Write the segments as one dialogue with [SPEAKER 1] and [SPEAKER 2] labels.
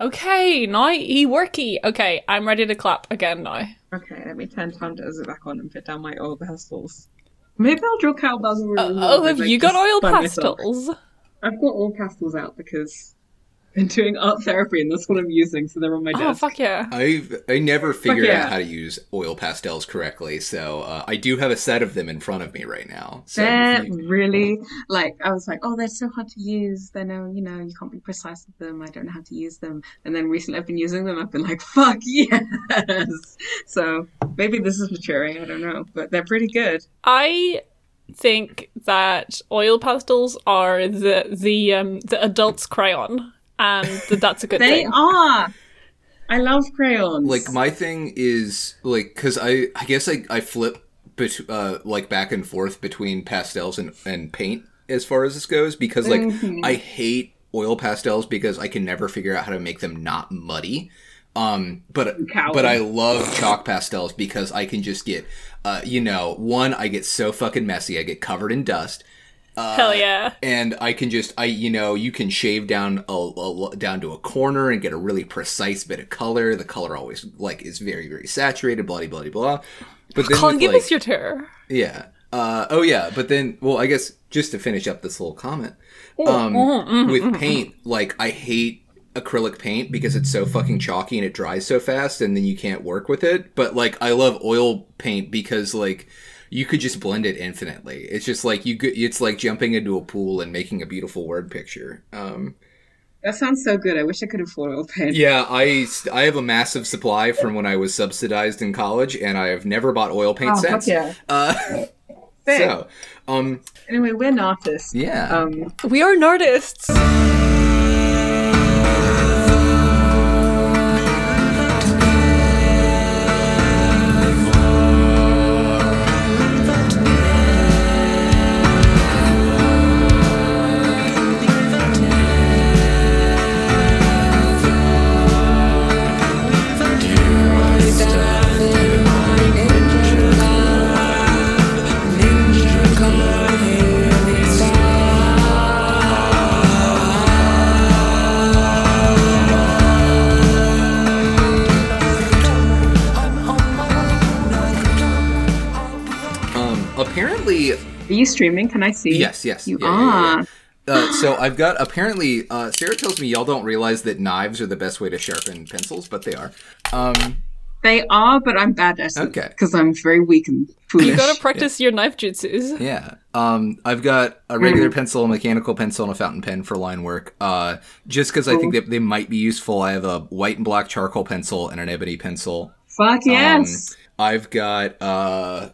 [SPEAKER 1] Okay, nighty worky. Okay, I'm ready to clap again now.
[SPEAKER 2] Okay, let me turn Time Desert back on and put down my oil pastels. Maybe I'll draw cowbells and
[SPEAKER 1] Uh,
[SPEAKER 2] remove
[SPEAKER 1] oh,
[SPEAKER 2] it,
[SPEAKER 1] have
[SPEAKER 2] like,
[SPEAKER 1] you got
[SPEAKER 2] just
[SPEAKER 1] oil
[SPEAKER 2] by myself.
[SPEAKER 1] pastels?
[SPEAKER 2] I've got oil pastels out because I've been doing art therapy and that's what I'm using, so they're on my
[SPEAKER 1] Oh,
[SPEAKER 2] desk.
[SPEAKER 1] fuck yeah.
[SPEAKER 3] I've I never figured
[SPEAKER 2] yeah.
[SPEAKER 3] out how to use oil pastels correctly, so uh, I do have a set of them in front of me right now. So
[SPEAKER 2] They're
[SPEAKER 3] if you-
[SPEAKER 2] really like I was like, oh, they're so hard to use. They're no, you know, you can't be precise with them. I don't know how to use them. And then recently, I've been using them. I've been like, fuck yes. So maybe this is maturing. I don't know, but they're pretty good.
[SPEAKER 1] I think that oil pastels are the the um the adult's crayon, and that that's a good
[SPEAKER 2] They
[SPEAKER 1] thing.
[SPEAKER 2] are. I love crayons.
[SPEAKER 3] like my thing is like because I I guess I I flip bet- uh, like back and forth between pastels and and paint as far as this goes because like I hate oil pastels because I can never figure out how to make them not muddy. Um, but
[SPEAKER 2] Coward.
[SPEAKER 3] but I love chalk pastels because I can just get uh you know one I get so fucking messy I get covered in dust.
[SPEAKER 1] Hell yeah.
[SPEAKER 3] and I can just I you know you can shave down a, a- down to a corner and get a really precise bit of color. The color always like is very very saturated. Blah blah blah. blah. But then
[SPEAKER 1] Colin,
[SPEAKER 3] with,
[SPEAKER 1] give
[SPEAKER 3] like,
[SPEAKER 1] us your tour.
[SPEAKER 3] yeah. Uh, oh yeah, but then well I guess just to finish up this little comment um,
[SPEAKER 2] mm-hmm,
[SPEAKER 3] with paint, like I hate acrylic paint because it's so fucking chalky and it dries so fast and then you can't work with it. But like I love oil paint because like you could just blend it infinitely. It's just like you could, it's like jumping into a pool and making a beautiful word picture. Um,
[SPEAKER 2] that sounds so good. I wish I could afford oil paint.
[SPEAKER 3] yeah, I st- I have a massive supply from when I was subsidized in college and I have never bought oil paint
[SPEAKER 2] Oh, fuck
[SPEAKER 3] since.
[SPEAKER 2] yeah.
[SPEAKER 3] Uh,
[SPEAKER 2] Sick.
[SPEAKER 3] so, um,
[SPEAKER 2] Anyway, we're an artist.
[SPEAKER 3] yeah.
[SPEAKER 2] Um,
[SPEAKER 1] We are nardists.
[SPEAKER 3] Um, apparently,
[SPEAKER 2] are you streaming? Can I see?
[SPEAKER 3] yes, yes,
[SPEAKER 2] You
[SPEAKER 3] yeah, yeah,
[SPEAKER 2] are.
[SPEAKER 3] yeah, yeah. Uh, so I've got apparently. Uh, Sarah tells me y'all don't realize that knives are the best way to sharpen pencils, but they are. Um,
[SPEAKER 2] They are, but I'm bad at it.
[SPEAKER 3] Okay.
[SPEAKER 2] Because I'm very weak and foolish.
[SPEAKER 1] You gotta practice your knife jutsus.
[SPEAKER 3] yeah. Um, I've got a regular pencil, a mechanical pencil, and a fountain pen for line work. Uh, just because I think that they might be useful. I have a white and black charcoal pencil and an ebony pencil.
[SPEAKER 2] Fuck
[SPEAKER 3] Um,
[SPEAKER 2] yes.
[SPEAKER 3] I've got uh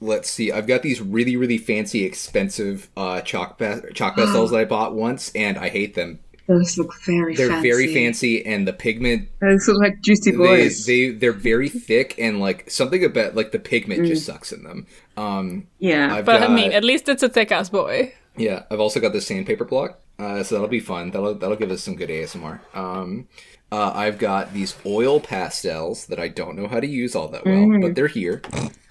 [SPEAKER 3] let's see. I've got these really really fancy expensive uh chalk pa- chalk pastels that I bought once and I hate them.
[SPEAKER 2] Those look very
[SPEAKER 3] They're
[SPEAKER 2] fancy.
[SPEAKER 3] very fancy and the pigment
[SPEAKER 2] Those look like juicy
[SPEAKER 3] they,
[SPEAKER 2] boys.
[SPEAKER 3] they they're very thick and like something about like the pigment just sucks in them. Um
[SPEAKER 2] yeah.
[SPEAKER 3] I've
[SPEAKER 1] Mm. But
[SPEAKER 3] got
[SPEAKER 1] I mean, at least it's a thick ass boy.
[SPEAKER 3] yeah, I've also got the sandpaper block. Uh, so that'll be fun. That'll that'll give us some good ASMR. Um uh, I've got these oil pastels that I don't know how to use all that well, but they're here.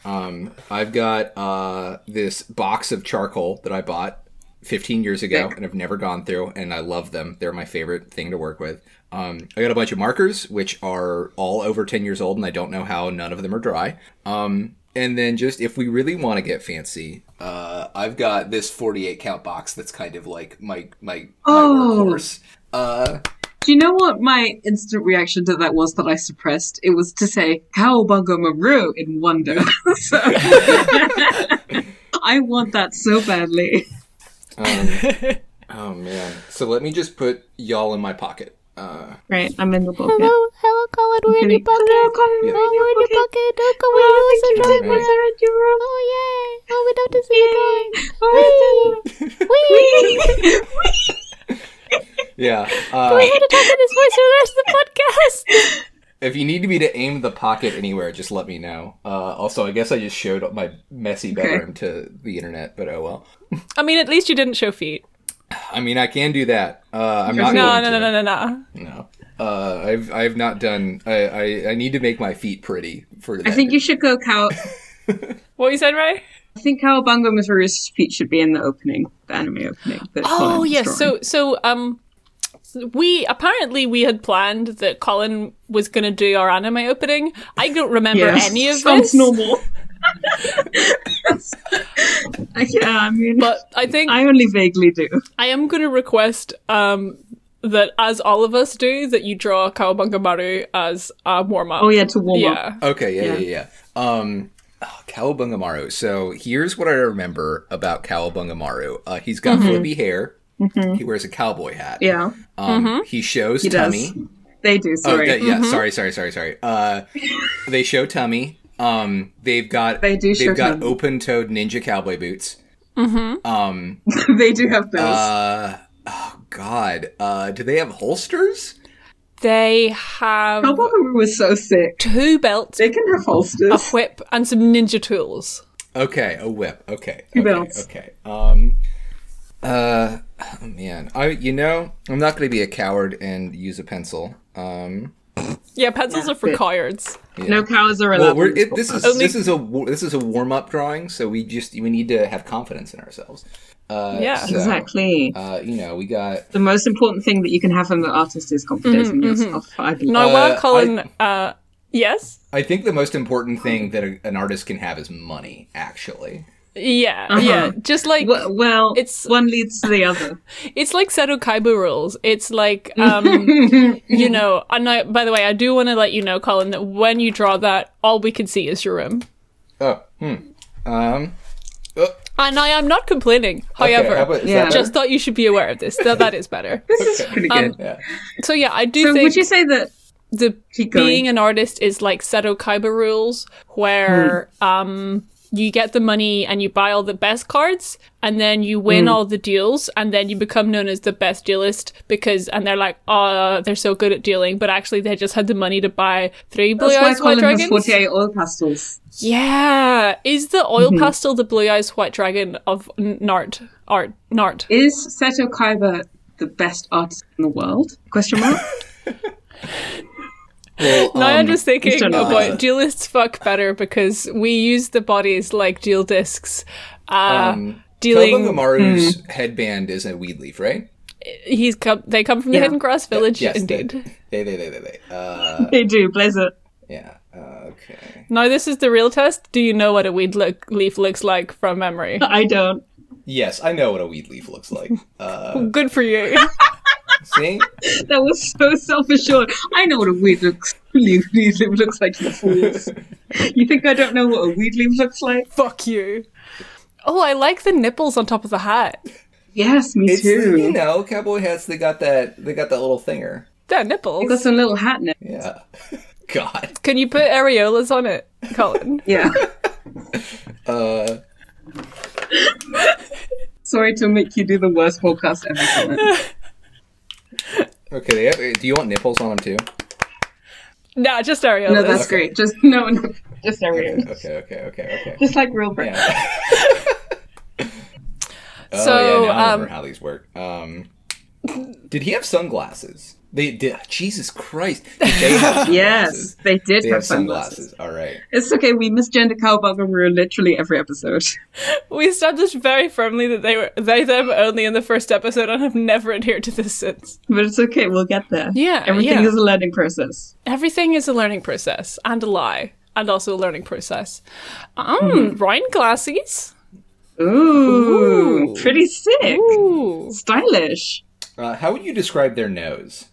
[SPEAKER 3] Um, I've got uh, this box of charcoal that I bought 15 years ago and I've never gone through, and I love them. They're my favorite thing to work with. Um, I got a bunch of markers, which are all over 10 years old, and I don't know how none of them are dry. Um, and then, just if we really want to get fancy, uh, I've got this 48 count box that's kind of like my my,
[SPEAKER 2] Oh.
[SPEAKER 3] my workhorse. Uh,
[SPEAKER 2] Do you know what my instant reaction to that was that I suppressed? It was to say Cowabunga Maru in wonder. so I want that so badly.
[SPEAKER 3] Oh man. So let me just put y'all in my pocket. Uh,
[SPEAKER 2] Right, I'm in the book. Hello,
[SPEAKER 4] Hello, hello, Colin. We're in your pocket.
[SPEAKER 2] Colin,
[SPEAKER 4] Oh, we're in your pocket. Oh, Colin, you are so
[SPEAKER 3] did
[SPEAKER 4] drunk.
[SPEAKER 3] one.
[SPEAKER 4] Oh, yay. Oh, we love to see you going. Wee.
[SPEAKER 2] Wee!
[SPEAKER 3] yeah.
[SPEAKER 4] We're
[SPEAKER 3] Uh,
[SPEAKER 4] here to talk in this voice for the rest of the podcast.
[SPEAKER 3] if you need me to aim the pocket anywhere, just let me know. Uh, also, I guess I just showed my messy bedroom to the internet, but oh well.
[SPEAKER 1] I mean, at least you didn't show feet.
[SPEAKER 3] I mean, I can do that. Uh, I'm not.
[SPEAKER 1] No,
[SPEAKER 3] going
[SPEAKER 1] no, no,
[SPEAKER 3] to.
[SPEAKER 1] no, no, no.
[SPEAKER 3] No. Uh, I've I've not done. I, I I need to make my feet pretty for.
[SPEAKER 2] I think you should go cow.
[SPEAKER 1] What you said, Ray?
[SPEAKER 2] I think Cowabunga Maru's feet should be in the opening, the anime opening. that
[SPEAKER 1] Oh
[SPEAKER 2] Colin is
[SPEAKER 1] yes.
[SPEAKER 2] drawing.
[SPEAKER 1] So so um we apparently we had planned that Colin was going to do our anime opening. I don't remember
[SPEAKER 2] Yes.
[SPEAKER 1] any of
[SPEAKER 2] Sounds
[SPEAKER 1] this,
[SPEAKER 2] normal. yeah, I mean,
[SPEAKER 1] but I think
[SPEAKER 2] I only vaguely do.
[SPEAKER 1] I am going to request um, that, as all of us do, that you draw Kawabanga Maru as a warm up.
[SPEAKER 2] Oh yeah, to warm up.
[SPEAKER 1] yeah.
[SPEAKER 3] Okay, yeah,
[SPEAKER 2] Yeah.
[SPEAKER 3] yeah, yeah. Um, oh, Kawabungamaru. So here's what I remember about Kawabungamaru. Uh, he's got flippy hair. He wears a cowboy hat.
[SPEAKER 2] Mm-hmm. Yeah, Mm-hmm.
[SPEAKER 3] Um, He shows
[SPEAKER 2] he
[SPEAKER 3] tummy.
[SPEAKER 2] does. Mm-hmm. They do.
[SPEAKER 3] Oh,
[SPEAKER 2] Sorry,
[SPEAKER 3] yeah, yeah, sorry, sorry, sorry, sorry. Uh, they show tummy. Um, they've got
[SPEAKER 2] They do
[SPEAKER 3] have
[SPEAKER 2] show
[SPEAKER 3] got
[SPEAKER 2] tummy.
[SPEAKER 3] open-toed ninja cowboy boots. Mm-hmm. Um,
[SPEAKER 2] they do have those.
[SPEAKER 3] uh, oh God, uh, do they have holsters?
[SPEAKER 1] They have
[SPEAKER 2] Cowabunga was so sick.
[SPEAKER 1] two belts,
[SPEAKER 2] They can have
[SPEAKER 3] oh,
[SPEAKER 1] a
[SPEAKER 2] holsters.
[SPEAKER 1] whip, and some ninja tools.
[SPEAKER 3] Okay, a whip. Okay,
[SPEAKER 2] Two
[SPEAKER 3] okay,
[SPEAKER 2] belts.
[SPEAKER 3] Okay. Um, uh, oh, man, I you know I'm not going to be a coward and use a pencil. Um,
[SPEAKER 1] Yeah, pencils
[SPEAKER 2] Yeah,
[SPEAKER 1] are for
[SPEAKER 2] but-
[SPEAKER 1] cards.
[SPEAKER 2] No cows are
[SPEAKER 3] well,
[SPEAKER 2] allowed.
[SPEAKER 3] we're,
[SPEAKER 2] in
[SPEAKER 3] it, this is
[SPEAKER 1] Uh, Only-
[SPEAKER 3] this is a wa- this is a warm up drawing, so we just we need to have confidence in ourselves. Uh,
[SPEAKER 1] Yeah.
[SPEAKER 3] so,
[SPEAKER 2] exactly.
[SPEAKER 3] Uh, you know, we got
[SPEAKER 2] the most important thing that you can have from the artist is confidence in yourself. I believe.
[SPEAKER 1] Now, while
[SPEAKER 3] I-
[SPEAKER 1] Colin, uh, yes,
[SPEAKER 3] I think the most important thing that a, an artist can have is money, actually.
[SPEAKER 1] yeah,
[SPEAKER 2] Uh-huh.
[SPEAKER 1] yeah, just like
[SPEAKER 2] Well, well,
[SPEAKER 1] It's-
[SPEAKER 2] it's one leads to the other.
[SPEAKER 1] It's like Seto Kaibu rules. It's like, um, you know, and I, by the way, I do want to let you know, Colin, that when you draw that, all we can see is your room.
[SPEAKER 3] Oh, hmm. Um, uh,
[SPEAKER 1] And I am not complaining.
[SPEAKER 3] okay,
[SPEAKER 1] However,
[SPEAKER 3] how about- is
[SPEAKER 2] yeah.
[SPEAKER 3] that
[SPEAKER 1] just thought you should be aware of this. That that is better.
[SPEAKER 2] This is pretty good.
[SPEAKER 3] better? Yeah.
[SPEAKER 1] So yeah, I do
[SPEAKER 2] so
[SPEAKER 1] think
[SPEAKER 2] would you say that?
[SPEAKER 1] the
[SPEAKER 2] Keep going.
[SPEAKER 1] being an artist is like Seto Kaiba rules, where
[SPEAKER 2] Hmm.
[SPEAKER 1] um, you get the money and you buy all the best cards, and then you
[SPEAKER 2] Hmm.
[SPEAKER 1] win all the deals, and then you become known as the best dealist because, and they're like, oh, they're so good at dealing, but actually they just had the money to buy three blue
[SPEAKER 2] That's why
[SPEAKER 1] eyes white
[SPEAKER 2] Colin has
[SPEAKER 1] dragons.
[SPEAKER 2] forty-eight Mm-hmm. oil pastels.
[SPEAKER 1] Yeah, is the oil pastel the blue eyes white dragon of N- Nart art Nart?
[SPEAKER 2] Is Seto Kaiba the best artist in the world? Question mark.
[SPEAKER 3] Well,
[SPEAKER 1] Now I'm
[SPEAKER 3] um,
[SPEAKER 1] just thinking
[SPEAKER 2] Mr. Nod.
[SPEAKER 1] about duelists fuck better because we use the bodies like dual discs. Uh,
[SPEAKER 3] um,
[SPEAKER 1] dealing, Hmm.
[SPEAKER 3] Kawabungamaru's headband is a weed leaf, right?
[SPEAKER 1] he's come. They come from the
[SPEAKER 2] Yeah.
[SPEAKER 1] Hidden Grass Village,
[SPEAKER 3] Yes, they-
[SPEAKER 1] indeed.
[SPEAKER 3] They, they, they, they, they. Uh,
[SPEAKER 2] they do. Blaze it.
[SPEAKER 3] yeah. Uh, okay.
[SPEAKER 1] Now this is the real test. Do you know what a weed look, leaf looks like from memory?
[SPEAKER 2] I don't.
[SPEAKER 3] Yes, I know what a weed leaf looks like. Uh,
[SPEAKER 1] Good for you.
[SPEAKER 3] see?
[SPEAKER 2] That was so self-assured. I know what a weed looks. Weed leaf looks like. You fools. You think I don't know what a weed leaf looks like?
[SPEAKER 1] fuck you. Oh, I like the nipples on top of the hat.
[SPEAKER 2] Yes, me
[SPEAKER 3] It's
[SPEAKER 2] too.
[SPEAKER 3] you know, cowboy hats. They got that. They got that little thinger.
[SPEAKER 1] They're
[SPEAKER 2] I've got
[SPEAKER 1] nipples.
[SPEAKER 2] some little hat now.
[SPEAKER 3] Yeah. God.
[SPEAKER 1] Can you put areolas on it, Colin?
[SPEAKER 2] Yeah.
[SPEAKER 3] Uh,
[SPEAKER 2] Sorry to make you do the worst podcast ever. Colin.
[SPEAKER 3] okay. They have, do you want nipples on them too?
[SPEAKER 1] nah, just areolas.
[SPEAKER 2] No, that's great. Just no, no just
[SPEAKER 3] Okay.
[SPEAKER 2] everything.
[SPEAKER 3] Okay. Okay. Okay. okay.
[SPEAKER 2] Just like real bread.
[SPEAKER 3] Yeah. oh,
[SPEAKER 1] So,
[SPEAKER 3] yeah, now I remember
[SPEAKER 1] um,
[SPEAKER 3] how these work. Um, did he have sunglasses? They did. Jesus Christ! Did they have
[SPEAKER 2] Yes,
[SPEAKER 3] sunglasses?
[SPEAKER 2] they did
[SPEAKER 3] They
[SPEAKER 2] have
[SPEAKER 3] have
[SPEAKER 2] sunglasses.
[SPEAKER 3] sunglasses. All right.
[SPEAKER 2] It's okay. We misgender cowbugger rule literally every episode.
[SPEAKER 1] We established very firmly that they were they them only in the first episode and have never adhered to this since.
[SPEAKER 2] But it's okay. We'll get there.
[SPEAKER 1] Yeah,
[SPEAKER 2] Everything
[SPEAKER 1] yeah.
[SPEAKER 2] is a learning process.
[SPEAKER 1] Everything is a learning process and a lie and also a learning process. Um, Rhine glasses.
[SPEAKER 2] Ooh.
[SPEAKER 1] Ooh.
[SPEAKER 2] Pretty sick.
[SPEAKER 1] Ooh.
[SPEAKER 2] Stylish.
[SPEAKER 3] Uh, how would you describe their nose?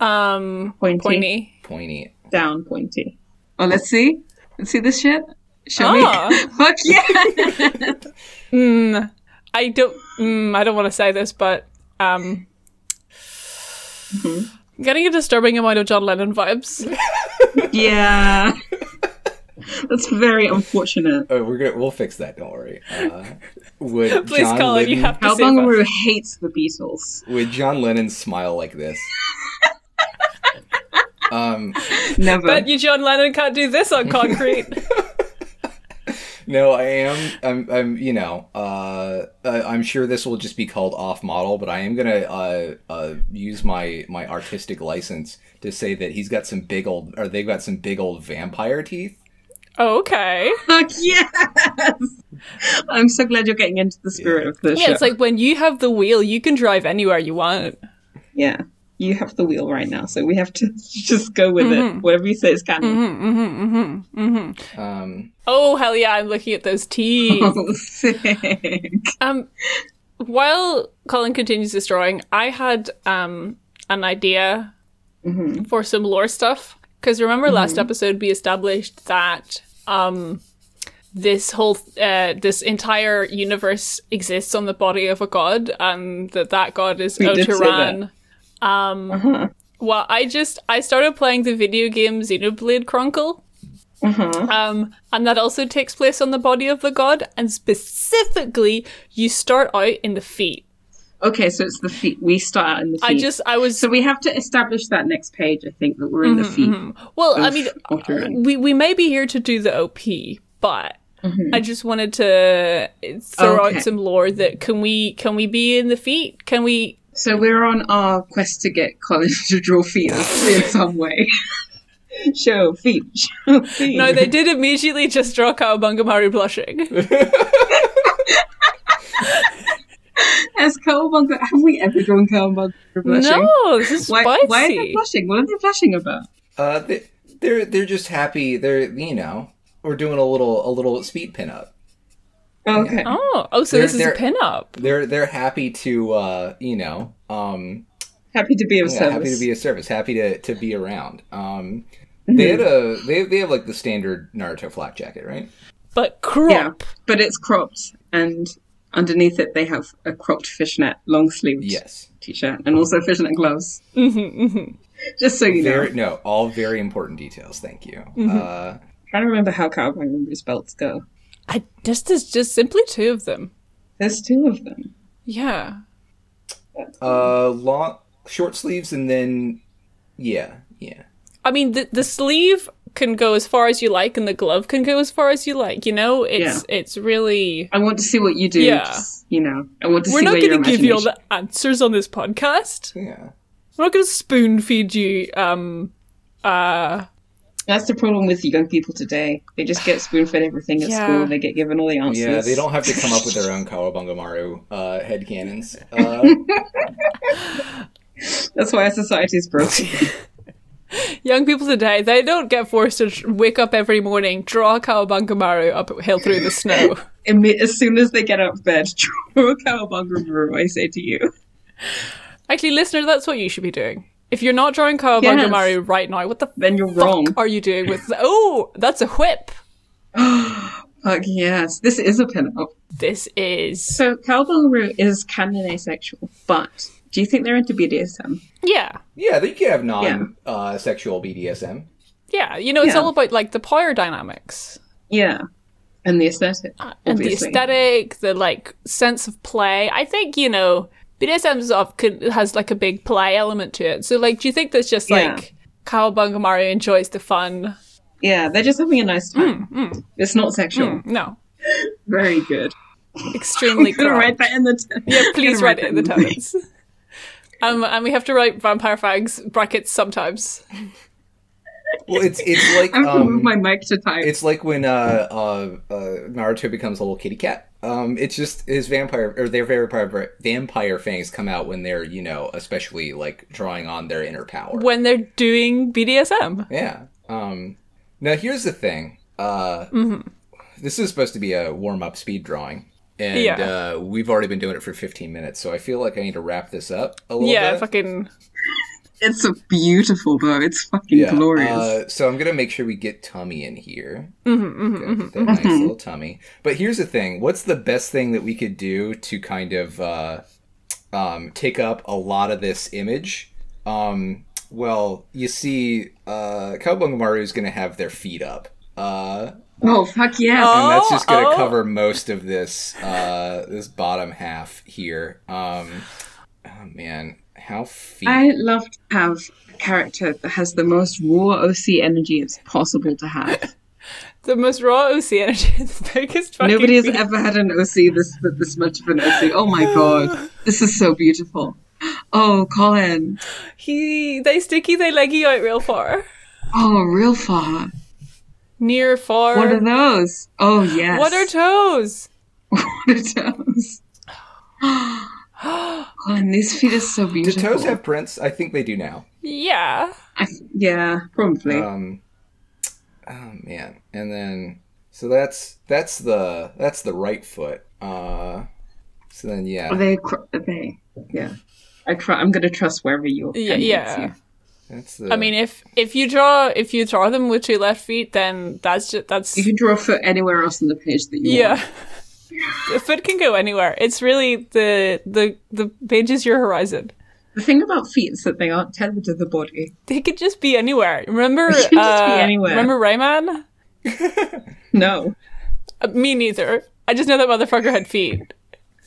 [SPEAKER 1] Um,
[SPEAKER 2] Pointy.
[SPEAKER 1] pointy.
[SPEAKER 3] Pointy.
[SPEAKER 2] Down pointy. Oh, let's see. Let's see this shit. Show
[SPEAKER 1] Ah.
[SPEAKER 2] me. Fuck yeah.
[SPEAKER 1] Mm, I don't. Mm, I don't want to say this, but um, getting a disturbing amount of John Lennon vibes.
[SPEAKER 2] yeah. That's very unfortunate.
[SPEAKER 3] Oh, we're gonna we'll fix that. Don't worry. Uh, would
[SPEAKER 1] Please,
[SPEAKER 3] John
[SPEAKER 1] Colin,
[SPEAKER 3] Lennon,
[SPEAKER 1] you have to save
[SPEAKER 2] Cowbugger
[SPEAKER 1] us.
[SPEAKER 2] rule hates the Beatles.
[SPEAKER 3] would John Lennon smile like this? um,
[SPEAKER 2] Never.
[SPEAKER 1] Bet you John Lennon can't do this on concrete.
[SPEAKER 3] no, I am. I'm. I'm. You know. Uh, uh, I'm sure this will just be called off model, but I am gonna uh, uh, use my my artistic license to say that he's got some big old, or they've got some big old vampire teeth.
[SPEAKER 1] Oh, okay.
[SPEAKER 2] Fuck yes! I'm so glad you're getting into the spirit of the
[SPEAKER 1] Yeah,
[SPEAKER 2] show.
[SPEAKER 1] it's like when you have the wheel, you can drive anywhere you want.
[SPEAKER 2] yeah. you have the wheel right now, so we have to just go with
[SPEAKER 1] Mm-hmm.
[SPEAKER 2] it. Whatever you say is canon.
[SPEAKER 3] Um,
[SPEAKER 1] Oh hell yeah! I'm looking at those teas.
[SPEAKER 2] Oh, sick.
[SPEAKER 1] Um, while Colin continues his drawing, I had um an idea
[SPEAKER 2] Mm-hmm.
[SPEAKER 1] for some lore stuff because remember last episode we established that um this whole uh, this entire universe exists on the body of a god and that that god is
[SPEAKER 2] We did say Uh-huh.
[SPEAKER 1] Oteran. Um, well, I just I started playing the video game Xenoblade Chronicle.
[SPEAKER 2] Uh-huh.
[SPEAKER 1] Um, and that also takes place on the body of the god, and specifically, you start out in the feet.
[SPEAKER 2] Okay, so it's the feet. We start out in the feet.
[SPEAKER 1] I just, I was,
[SPEAKER 2] so we have to establish that next page. I think that we're in the feet.
[SPEAKER 1] well, Mm-hmm, I
[SPEAKER 2] Oof,
[SPEAKER 1] mean, uh,
[SPEAKER 2] Oteran.
[SPEAKER 1] we we may be here to do the OP, but I just wanted to throw
[SPEAKER 2] Mm-hmm. Okay.
[SPEAKER 1] out some lore that can we can we be in the feet? Can we?
[SPEAKER 2] So we're on our quest to get Colin to draw feet in some way. show feet. Show feet.
[SPEAKER 1] No, they did immediately just draw Kawabungamari blushing.
[SPEAKER 2] As Cowabunga, have we ever drawn Cowabunga blushing?
[SPEAKER 1] No, this is
[SPEAKER 2] Why,
[SPEAKER 1] spicy.
[SPEAKER 2] why are they blushing? What are they blushing about?
[SPEAKER 3] uh, they, they're they're just happy. They're you know we're doing a little a little speed pinup.
[SPEAKER 2] Okay.
[SPEAKER 1] oh, oh, so
[SPEAKER 3] They're-
[SPEAKER 1] this is a
[SPEAKER 3] they're-
[SPEAKER 1] pinup.
[SPEAKER 3] They're they're happy to uh, you know um,
[SPEAKER 2] Happy to be of
[SPEAKER 3] yeah,
[SPEAKER 2] service.
[SPEAKER 3] happy to be of service, happy to, to be around. Um, they had a they they have like the standard Naruto flak jacket, right?
[SPEAKER 1] But crop.
[SPEAKER 2] yeah, but it's cropped, and underneath it they have a cropped fishnet, long sleeved
[SPEAKER 3] Yes.
[SPEAKER 2] t-shirt, and also fishnet gloves. Mm-hmm, Just so you know,
[SPEAKER 3] Very, no, all very important details. Thank you. Uh,
[SPEAKER 2] trying to remember how cowabunga's belts go.
[SPEAKER 1] I just there's just simply two of them.
[SPEAKER 2] There's two of them.
[SPEAKER 1] Yeah.
[SPEAKER 3] uh, long short sleeves, and then yeah, yeah.
[SPEAKER 1] I mean, the the sleeve can go as far as you like, and the glove can go as far as you like. You know, it's it's really.
[SPEAKER 2] I want to see what you do.
[SPEAKER 1] Yeah.
[SPEAKER 2] just, you know, I want to
[SPEAKER 1] We're
[SPEAKER 2] see
[SPEAKER 1] not
[SPEAKER 2] where your
[SPEAKER 1] going to give you all
[SPEAKER 2] imagination-
[SPEAKER 1] the answers on this podcast.
[SPEAKER 3] Yeah.
[SPEAKER 1] We're not going to spoon feed you. Um. Uh.
[SPEAKER 2] That's the problem with young people today. They just get spoon fed everything at
[SPEAKER 1] Yeah.
[SPEAKER 2] school. They get given all the answers.
[SPEAKER 3] Yeah, they don't have to come up with their own Kawabunga Maru uh, headcanons. Uh,
[SPEAKER 2] That's why our society is broken.
[SPEAKER 1] Young people today, they don't get forced to tr- wake up every morning, draw Kawabangamaru uphill through the snow.
[SPEAKER 2] Imme- as soon as they get out of bed, draw a cowabunga brew, I say to you.
[SPEAKER 1] Actually, listener, that's what you should be doing. If you're not drawing Kawabangamaru right now, what the
[SPEAKER 2] Then you're wrong.
[SPEAKER 1] fuck are you doing with? Oh, that's a whip.
[SPEAKER 2] Fuck yes, this is a pinup.
[SPEAKER 1] This is
[SPEAKER 2] So cowabunga is canon asexual, but do you think they're into BDSM?
[SPEAKER 1] yeah.
[SPEAKER 3] yeah, they could have non uh, sexual BDSM.
[SPEAKER 1] Yeah, you know, it's
[SPEAKER 2] Yeah.
[SPEAKER 1] all about like the power dynamics
[SPEAKER 2] Yeah, and the aesthetic,
[SPEAKER 1] Uh, and the
[SPEAKER 2] obviously.
[SPEAKER 1] aesthetic, the like sense of play. I think you know, BDSM stuff could, has like a big play element to it. So, like, do you think that's just
[SPEAKER 2] Yeah.
[SPEAKER 1] like Kawabunga Mario enjoys the fun?
[SPEAKER 2] Yeah, they're just having a nice time.
[SPEAKER 1] Mm,
[SPEAKER 2] It's not sexual.
[SPEAKER 1] No,
[SPEAKER 2] Very good.
[SPEAKER 1] extremely
[SPEAKER 2] Gonna
[SPEAKER 1] corrupt.
[SPEAKER 2] write that in the. T- yeah,
[SPEAKER 1] Please write it in the comments. Um, and we have to write vampire fags brackets sometimes.
[SPEAKER 3] Well, it's it's like
[SPEAKER 2] I'm gonna move
[SPEAKER 3] um,
[SPEAKER 2] my mic to type.
[SPEAKER 3] It's like when uh, uh, uh, Naruto becomes a little kitty cat. Um, it's just his vampire or their vampire vampire fangs come out when they're you know especially like drawing on their inner power.
[SPEAKER 1] When they're doing BDSM,
[SPEAKER 3] yeah. Um, now here's the thing. Uh,
[SPEAKER 1] Mm-hmm.
[SPEAKER 3] This is supposed to be a warm up speed drawing, and
[SPEAKER 1] Yeah.
[SPEAKER 3] uh, we've already been doing it for 15 minutes, so I feel like I need to wrap this up a little
[SPEAKER 1] yeah,
[SPEAKER 3] bit.
[SPEAKER 1] fucking
[SPEAKER 2] It's a beautiful though. It's fucking
[SPEAKER 3] Yeah,
[SPEAKER 2] glorious.
[SPEAKER 3] Uh, so I'm gonna make sure we get tummy in here. Good, that nice little tummy. But here's the thing: what's the best thing that we could do to kind of uh, um, take up a lot of this image? Um, well, you see, uh, Kawabungamaru is gonna have their feet up. Uh,
[SPEAKER 2] oh fuck yes!
[SPEAKER 1] Oh.
[SPEAKER 3] and that's just gonna
[SPEAKER 1] oh.
[SPEAKER 3] cover most of this uh, this bottom half here. Um, oh man, how feet?
[SPEAKER 2] I love to have a character that has the most raw OC energy it's possible to have.
[SPEAKER 1] the most raw OC energy, the biggest. fucking
[SPEAKER 2] Nobody has
[SPEAKER 1] beat-
[SPEAKER 2] ever had an OC this this much of an OC. Oh my god, this is so beautiful. Oh, Colin.
[SPEAKER 1] He they sticky they leggy out real far.
[SPEAKER 2] Oh, real far.
[SPEAKER 1] Near far.
[SPEAKER 2] What are those? Oh yes.
[SPEAKER 1] What are toes?
[SPEAKER 2] what are those? Oh, and this feet is so
[SPEAKER 3] Do
[SPEAKER 2] beautiful.
[SPEAKER 3] toes have prints? I think they do now.
[SPEAKER 1] Yeah.
[SPEAKER 2] I, yeah, probably.
[SPEAKER 1] Mm-hmm.
[SPEAKER 3] Um, oh man, and then so that's that's the that's the right foot. Uh, so then
[SPEAKER 2] Are
[SPEAKER 3] yeah,
[SPEAKER 2] they, cr- are they, yeah. I tr- I'm gonna trust wherever you.
[SPEAKER 1] Yeah,
[SPEAKER 2] hand
[SPEAKER 1] yeah.
[SPEAKER 2] gets you.
[SPEAKER 3] that's the.
[SPEAKER 1] I mean, if if you draw if you draw them with two left feet, then that's just that's
[SPEAKER 2] You can draw a foot anywhere else on the page that you want.
[SPEAKER 1] yeah. the foot can go anywhere. It's really the the the page is your horizon.
[SPEAKER 2] The thing about feet is that they aren't tethered to the body.
[SPEAKER 1] They could just be anywhere. Remember,
[SPEAKER 2] They could just be
[SPEAKER 1] uh,
[SPEAKER 2] anywhere.
[SPEAKER 1] remember Rayman?
[SPEAKER 2] No.
[SPEAKER 1] Uh, me neither. I just know that motherfucker had feet.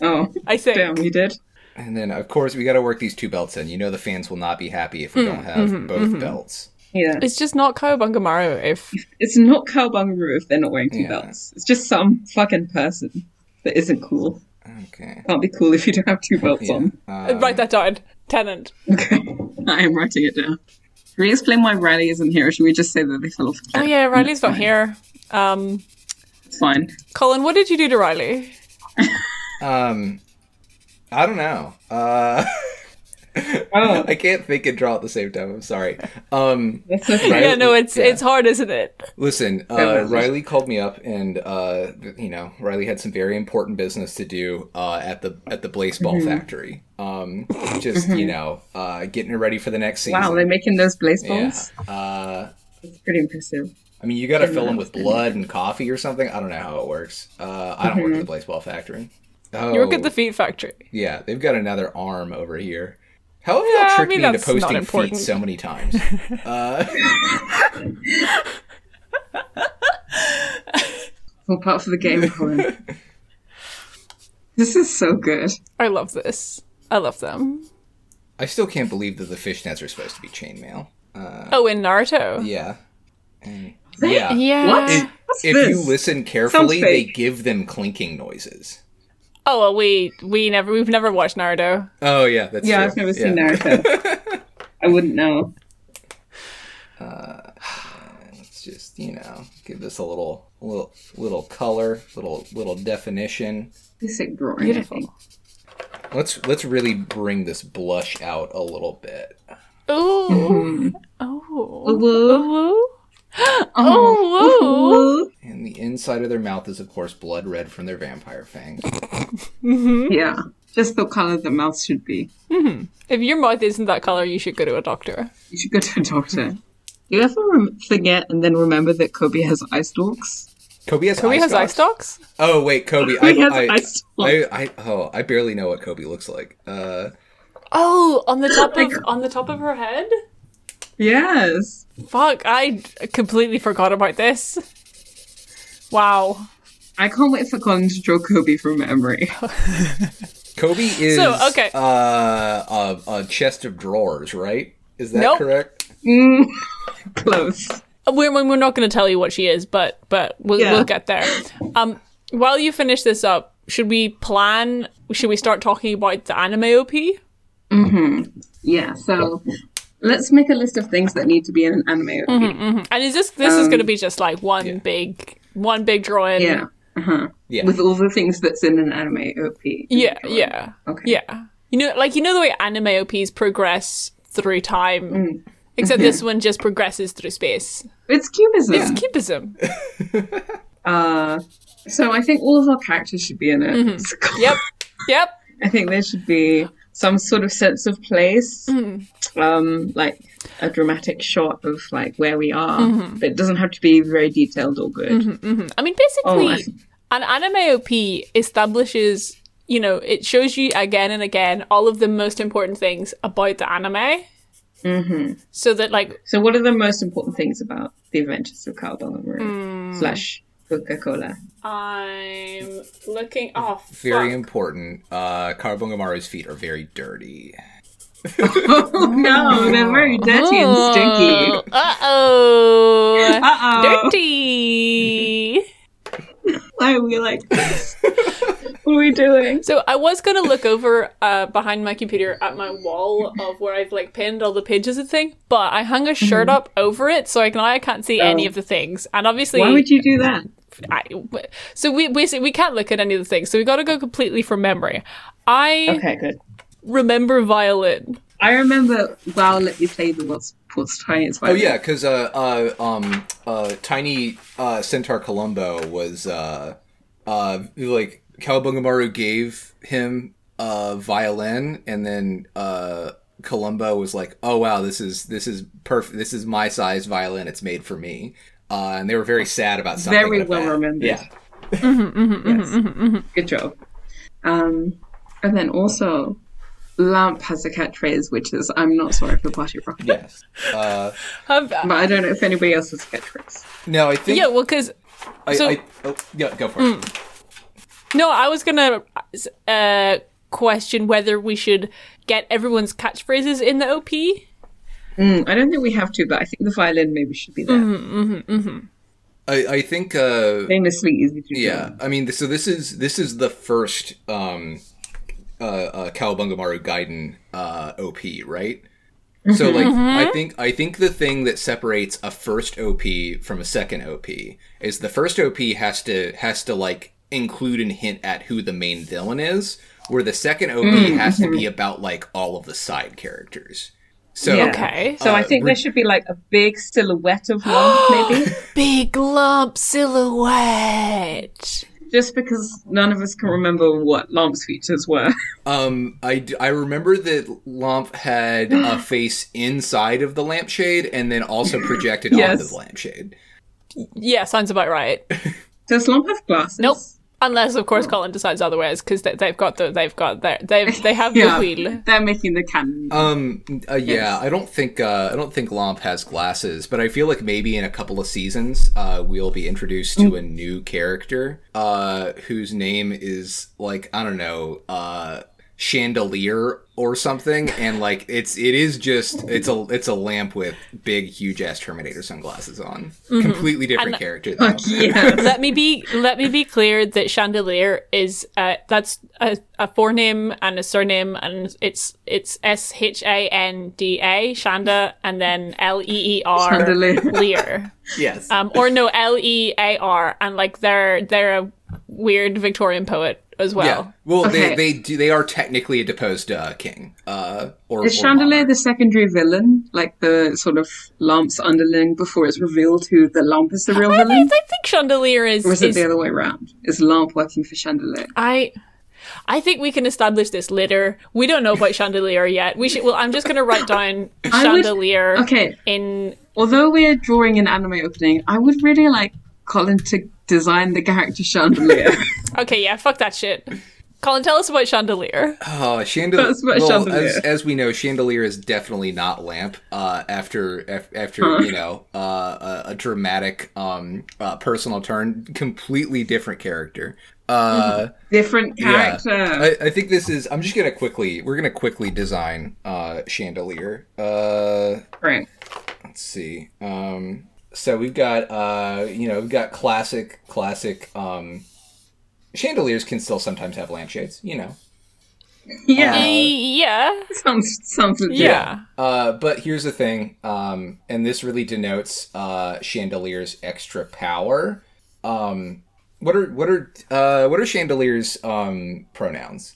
[SPEAKER 2] Oh,
[SPEAKER 1] I think.
[SPEAKER 2] damn, you did.
[SPEAKER 3] and then of course we got to work these two belts in. You know the fans will not be happy if we
[SPEAKER 1] Mm-hmm,
[SPEAKER 3] don't have both belts.
[SPEAKER 2] Yeah.
[SPEAKER 1] It's just not Kawabunga Maru if
[SPEAKER 2] It's not Cowbungaroo if they're not wearing two
[SPEAKER 3] Yeah.
[SPEAKER 2] belts. It's just some fucking person that isn't cool.
[SPEAKER 3] Okay.
[SPEAKER 2] Can't be cool if you don't have two belts
[SPEAKER 3] Yeah.
[SPEAKER 2] on.
[SPEAKER 3] Um,
[SPEAKER 1] write that down. Tenant.
[SPEAKER 2] Okay. I am writing it down. Should we explain why Riley isn't here, or should we just say that they fell off the
[SPEAKER 1] Oh
[SPEAKER 2] cliff?
[SPEAKER 1] yeah, Riley's not here. Um,
[SPEAKER 2] It's fine.
[SPEAKER 1] Colin, what did you do to Riley?
[SPEAKER 3] Um, I don't know. Uh,
[SPEAKER 2] Oh.
[SPEAKER 3] I can't think and draw at the same time. I'm sorry. Um,
[SPEAKER 2] That's okay.
[SPEAKER 1] Yeah, no, it's
[SPEAKER 3] yeah.
[SPEAKER 1] it's hard, isn't it?
[SPEAKER 3] Listen, uh,
[SPEAKER 2] Definitely.
[SPEAKER 3] Riley called me up, and uh, you know, Riley had some very important business to do uh, at the at the Blaze Ball
[SPEAKER 1] Mm-hmm.
[SPEAKER 3] factory. Um, just you know, uh, getting it ready for the next season.
[SPEAKER 2] Wow, they're making those blaze
[SPEAKER 3] yeah.
[SPEAKER 2] balls?
[SPEAKER 3] Uh,
[SPEAKER 2] It's pretty impressive.
[SPEAKER 3] I mean, you got to fill them with blood and coffee or something. I don't know how it works. Uh, I don't work at the Blaze Ball factory. Oh,
[SPEAKER 1] Mm-hmm. You work at the feet factory.
[SPEAKER 3] yeah, they've got another arm over here. How have
[SPEAKER 1] Yeah, I
[SPEAKER 3] y'all tricked
[SPEAKER 1] mean,
[SPEAKER 3] me into
[SPEAKER 1] that's not
[SPEAKER 3] posting feet
[SPEAKER 1] important.
[SPEAKER 3] so many times? uh,
[SPEAKER 2] Well, part of the game, Colin. this is so good.
[SPEAKER 1] I love this. I love them.
[SPEAKER 3] I still can't believe that the fishnets are supposed to be chainmail.
[SPEAKER 1] Oh, in Naruto.
[SPEAKER 3] Yeah. And- yeah.
[SPEAKER 1] Yeah.
[SPEAKER 2] What? What's
[SPEAKER 3] If
[SPEAKER 2] this?
[SPEAKER 3] you listen carefully,
[SPEAKER 2] Sounds
[SPEAKER 3] they
[SPEAKER 2] fake.
[SPEAKER 3] give them clinking noises.
[SPEAKER 1] Oh well, we we never we've never watched Naruto.
[SPEAKER 3] Oh yeah, that's
[SPEAKER 2] yeah,
[SPEAKER 3] true.
[SPEAKER 2] I've never seen Naruto. I wouldn't know.
[SPEAKER 3] Let's just you know give this a little little little color, little little definition.
[SPEAKER 2] Basic drawing. I think.
[SPEAKER 3] Let's let's really bring this blush out a little bit.
[SPEAKER 1] Ooh.
[SPEAKER 2] Woo
[SPEAKER 1] Oh.
[SPEAKER 2] woo.
[SPEAKER 1] Ooh. Oh. Ooh.
[SPEAKER 2] Woo.
[SPEAKER 3] And the inside of their mouth is of course blood red from their vampire fangs.
[SPEAKER 1] Hmm?
[SPEAKER 2] Yeah, just the color the mouth should be.
[SPEAKER 1] If your mouth isn't that color, you should go to a doctor.
[SPEAKER 2] You should go to a doctor. You ever rem- forget and then remember that Kobe has eye stalks?
[SPEAKER 3] Kobe has
[SPEAKER 1] Kobe
[SPEAKER 3] eye
[SPEAKER 1] has eye
[SPEAKER 3] stalks?
[SPEAKER 1] stalks.
[SPEAKER 3] Oh wait, Kobe.
[SPEAKER 2] Kobe has
[SPEAKER 3] I,
[SPEAKER 2] eye
[SPEAKER 3] I,
[SPEAKER 2] stalks.
[SPEAKER 3] I, I oh I barely know what Kobe looks like. Uh,
[SPEAKER 1] Oh, on the top of on the top of her head.
[SPEAKER 2] Yes.
[SPEAKER 1] Fuck! I completely forgot about this. Wow.
[SPEAKER 2] I can't wait for Colin to draw Kobe from memory.
[SPEAKER 3] Kobe is
[SPEAKER 1] So, okay.
[SPEAKER 3] uh, a, a chest of drawers, right? Is that
[SPEAKER 1] Nope.
[SPEAKER 3] correct?
[SPEAKER 2] Mm. Close.
[SPEAKER 1] We're we're not going to tell you what she is, but but we'll
[SPEAKER 2] Yeah.
[SPEAKER 1] we'll get there. Um, while you finish this up, should we plan? Should we start talking about the anime op?
[SPEAKER 2] Yeah, so let's make a list of things that need to be in an anime.
[SPEAKER 1] Mm-hmm. And is this this is going to be just like one big one big drawing?
[SPEAKER 2] Um, Yeah. uh-huh.
[SPEAKER 3] Yeah.
[SPEAKER 2] With all the things that's in an anime OP.
[SPEAKER 1] Yeah, yeah,
[SPEAKER 2] Okay.
[SPEAKER 1] yeah. You know, like you know the way anime ops progress through time,
[SPEAKER 2] Mm.
[SPEAKER 1] except this one just progresses through space.
[SPEAKER 2] It's cubism.
[SPEAKER 1] It's cubism.
[SPEAKER 2] Uh, so I think all of our characters should be in
[SPEAKER 1] Mm-hmm.
[SPEAKER 2] it.
[SPEAKER 1] Yep, yep.
[SPEAKER 2] I think there should be some sort of sense of place, um, like a dramatic shot of like where we are. But it doesn't have to be very detailed or good.
[SPEAKER 1] Mm-hmm. I mean,
[SPEAKER 2] Oh,
[SPEAKER 1] basically,
[SPEAKER 2] I see.
[SPEAKER 1] an anime OP establishes, you know, it shows you again and again all of the most important things about the anime. Mm-hmm.
[SPEAKER 2] Mm-hmm.
[SPEAKER 1] So that, like,
[SPEAKER 2] So, what are the most important things about the Adventures of Carl Bungamaru slash Coca Cola?
[SPEAKER 1] I'm looking oh, off.
[SPEAKER 3] very important. Uh, Carbongamaru's feet are very dirty.
[SPEAKER 2] Oh no, they're very dirty
[SPEAKER 1] Oh.
[SPEAKER 2] and stinky.
[SPEAKER 1] Uh oh.
[SPEAKER 2] Uh oh.
[SPEAKER 1] Dirty.
[SPEAKER 2] Why are we like this? what are we doing?
[SPEAKER 1] So I was gonna look over uh, behind my computer at my wall of where I've like pinned all the pages and thing,
[SPEAKER 2] Mm-hmm.
[SPEAKER 1] but I hung a shirt up over it, so I, now I can't see any of the things. And obviously,
[SPEAKER 2] Oh. Why would you do that?
[SPEAKER 1] I, so we, we we can't look at any of the things. So we got to go completely from memory. I
[SPEAKER 2] Okay, good.
[SPEAKER 1] remember violin.
[SPEAKER 2] I remember WoW let me play the what's Ports Giants.
[SPEAKER 3] Oh yeah, because uh, uh, um, uh, tiny uh, centaur Columbo was uh, uh, like Kawabungamaru gave him a violin, and then uh, Columbo was like, "Oh wow, this is this is perfect. This is my size violin. It's made for me." Uh, and they were very sad about something.
[SPEAKER 2] Very
[SPEAKER 3] like
[SPEAKER 2] well
[SPEAKER 3] that.
[SPEAKER 2] remembered.
[SPEAKER 3] Yeah.
[SPEAKER 2] Yes.
[SPEAKER 3] Mm-hmm,
[SPEAKER 2] Good job. Um, and then also, Lamp has a catchphrase, which is "I'm not sorry for party rock,"
[SPEAKER 3] Yes. Uh,
[SPEAKER 1] Have,
[SPEAKER 2] but I don't know if anybody else has a catchphrase.
[SPEAKER 3] no, I think.
[SPEAKER 1] yeah, well, because
[SPEAKER 3] I,
[SPEAKER 1] so- Mm.
[SPEAKER 3] I, oh, yeah, go for it.
[SPEAKER 1] no, I was gonna uh, question whether we should get everyone's catchphrases in the OP.
[SPEAKER 2] Mm, I don't think we have to, but I think the violin maybe should be there.
[SPEAKER 3] Mm-hmm. I, I think. Uh,
[SPEAKER 2] Famously easy to do.
[SPEAKER 3] Yeah, I mean, so this is this is the first um, uh, uh, Kawabungamaru Gaiden uh, OP, right? So
[SPEAKER 1] Mm-hmm.
[SPEAKER 3] like, I think I think the thing that separates a first OP from a second OP is the first OP has to has to like include and hint at who the main villain is, where the second OP
[SPEAKER 1] Mm.
[SPEAKER 3] has to
[SPEAKER 1] Mm-hmm.
[SPEAKER 3] be about like all of the side characters. So
[SPEAKER 2] Yeah.
[SPEAKER 1] Okay.
[SPEAKER 2] So I
[SPEAKER 3] Uh,
[SPEAKER 2] think
[SPEAKER 3] re-
[SPEAKER 2] there should be like a big silhouette of Lamp, maybe,
[SPEAKER 1] Big lump silhouette.
[SPEAKER 2] just because none of us can remember what Lamp's features were.
[SPEAKER 3] Um, I, d- I remember that Lamp had a face inside of the lampshade and then also projected onto
[SPEAKER 2] Yes.
[SPEAKER 3] the lampshade.
[SPEAKER 1] Yeah, sounds about right.
[SPEAKER 2] Does Lamp have glasses?
[SPEAKER 1] Nope. Unless, of course, Colin decides otherwise, because they, they've got the they've got their they've they have the
[SPEAKER 2] Yeah,
[SPEAKER 1] wheel.
[SPEAKER 2] they're making the cannon.
[SPEAKER 3] Um, uh, yeah,
[SPEAKER 2] Yes.
[SPEAKER 3] I don't think uh, I don't think Lamp has glasses, but I feel like maybe in a couple of seasons, uh, we'll be introduced
[SPEAKER 2] Mm.
[SPEAKER 3] to a new character, uh, whose name is like I don't know, uh, chandelier or something, and like it's it is just it's a it's a lamp with big huge ass Terminator sunglasses on,
[SPEAKER 2] Mm-hmm.
[SPEAKER 3] completely different character. Though.
[SPEAKER 2] yeah.
[SPEAKER 1] Let me be let me be clear that chandelier is uh, that's a, a forename and a surname, and it's it's S H A N D A Shanda, and then L E E R
[SPEAKER 2] Chandelier.
[SPEAKER 1] Lear.
[SPEAKER 3] Yes.
[SPEAKER 1] um, or no L E A R, and like they're they're a weird Victorian poet as well.
[SPEAKER 3] Yeah. Well,
[SPEAKER 2] Okay.
[SPEAKER 3] they they do, they are technically a deposed uh, king. Uh, or
[SPEAKER 2] Is
[SPEAKER 3] or
[SPEAKER 2] Chandelier
[SPEAKER 3] monarch.
[SPEAKER 2] the secondary villain, like the sort of Lamp's underling before it's revealed who the Lamp is the real
[SPEAKER 1] I,
[SPEAKER 2] villain?
[SPEAKER 1] think- I think chandelier is,
[SPEAKER 2] Or is it
[SPEAKER 1] is
[SPEAKER 2] the other way around? Is Lamp working for Chandelier?
[SPEAKER 1] I. I think we can establish this later. We don't know about chandelier yet. We should. Well, I'm just going to write down
[SPEAKER 2] I would-
[SPEAKER 1] chandelier.
[SPEAKER 2] Okay,
[SPEAKER 1] In
[SPEAKER 2] although we're drawing an anime opening, I would really like Colin to design the character Chandelier.
[SPEAKER 1] okay, yeah, fuck that shit. Colin, tell us about chandelier.
[SPEAKER 3] Oh, Chandelier.
[SPEAKER 2] That's what
[SPEAKER 3] well,
[SPEAKER 2] Chandelier.
[SPEAKER 3] As, as we know, Chandelier is definitely not lamp. Uh, after af- after
[SPEAKER 2] Huh.
[SPEAKER 3] you know uh, a, a dramatic um uh, personal turn, completely different character. Uh,
[SPEAKER 2] Different Mm-hmm. character.
[SPEAKER 3] I, I think this is. I'm just gonna quickly. We're gonna quickly design uh, Chandelier. Uh,
[SPEAKER 2] Right.
[SPEAKER 3] let's see. Um, so we've got uh, you know we've got classic classic um, chandeliers can still sometimes have lampshades. You know.
[SPEAKER 2] Yeah.
[SPEAKER 3] Uh,
[SPEAKER 1] yeah,
[SPEAKER 2] sounds sounds legit.
[SPEAKER 1] yeah.
[SPEAKER 3] Uh, but here's the thing, um, and this really denotes uh, Chandelier's extra power. Um, what are what are uh, what are Chandelier's um, pronouns?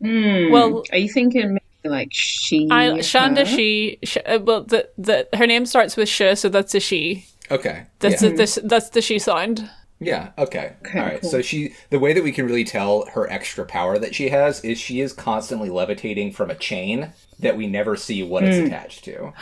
[SPEAKER 2] Hmm.
[SPEAKER 1] Well-
[SPEAKER 2] are you thinking maybe like she?
[SPEAKER 1] I,
[SPEAKER 2] her?
[SPEAKER 1] Shanda she. sh uh, well, the, the her name starts with sh, so that's a she.
[SPEAKER 3] Okay,
[SPEAKER 1] That's
[SPEAKER 3] yeah,
[SPEAKER 1] a, this, that's the she sound.
[SPEAKER 3] yeah, okay,
[SPEAKER 2] Okay,
[SPEAKER 3] all right.
[SPEAKER 2] cool.
[SPEAKER 3] So she, the way that we can really tell her extra power that she has is she is constantly levitating from a chain that we never see what
[SPEAKER 2] Hmm.
[SPEAKER 3] it's attached to.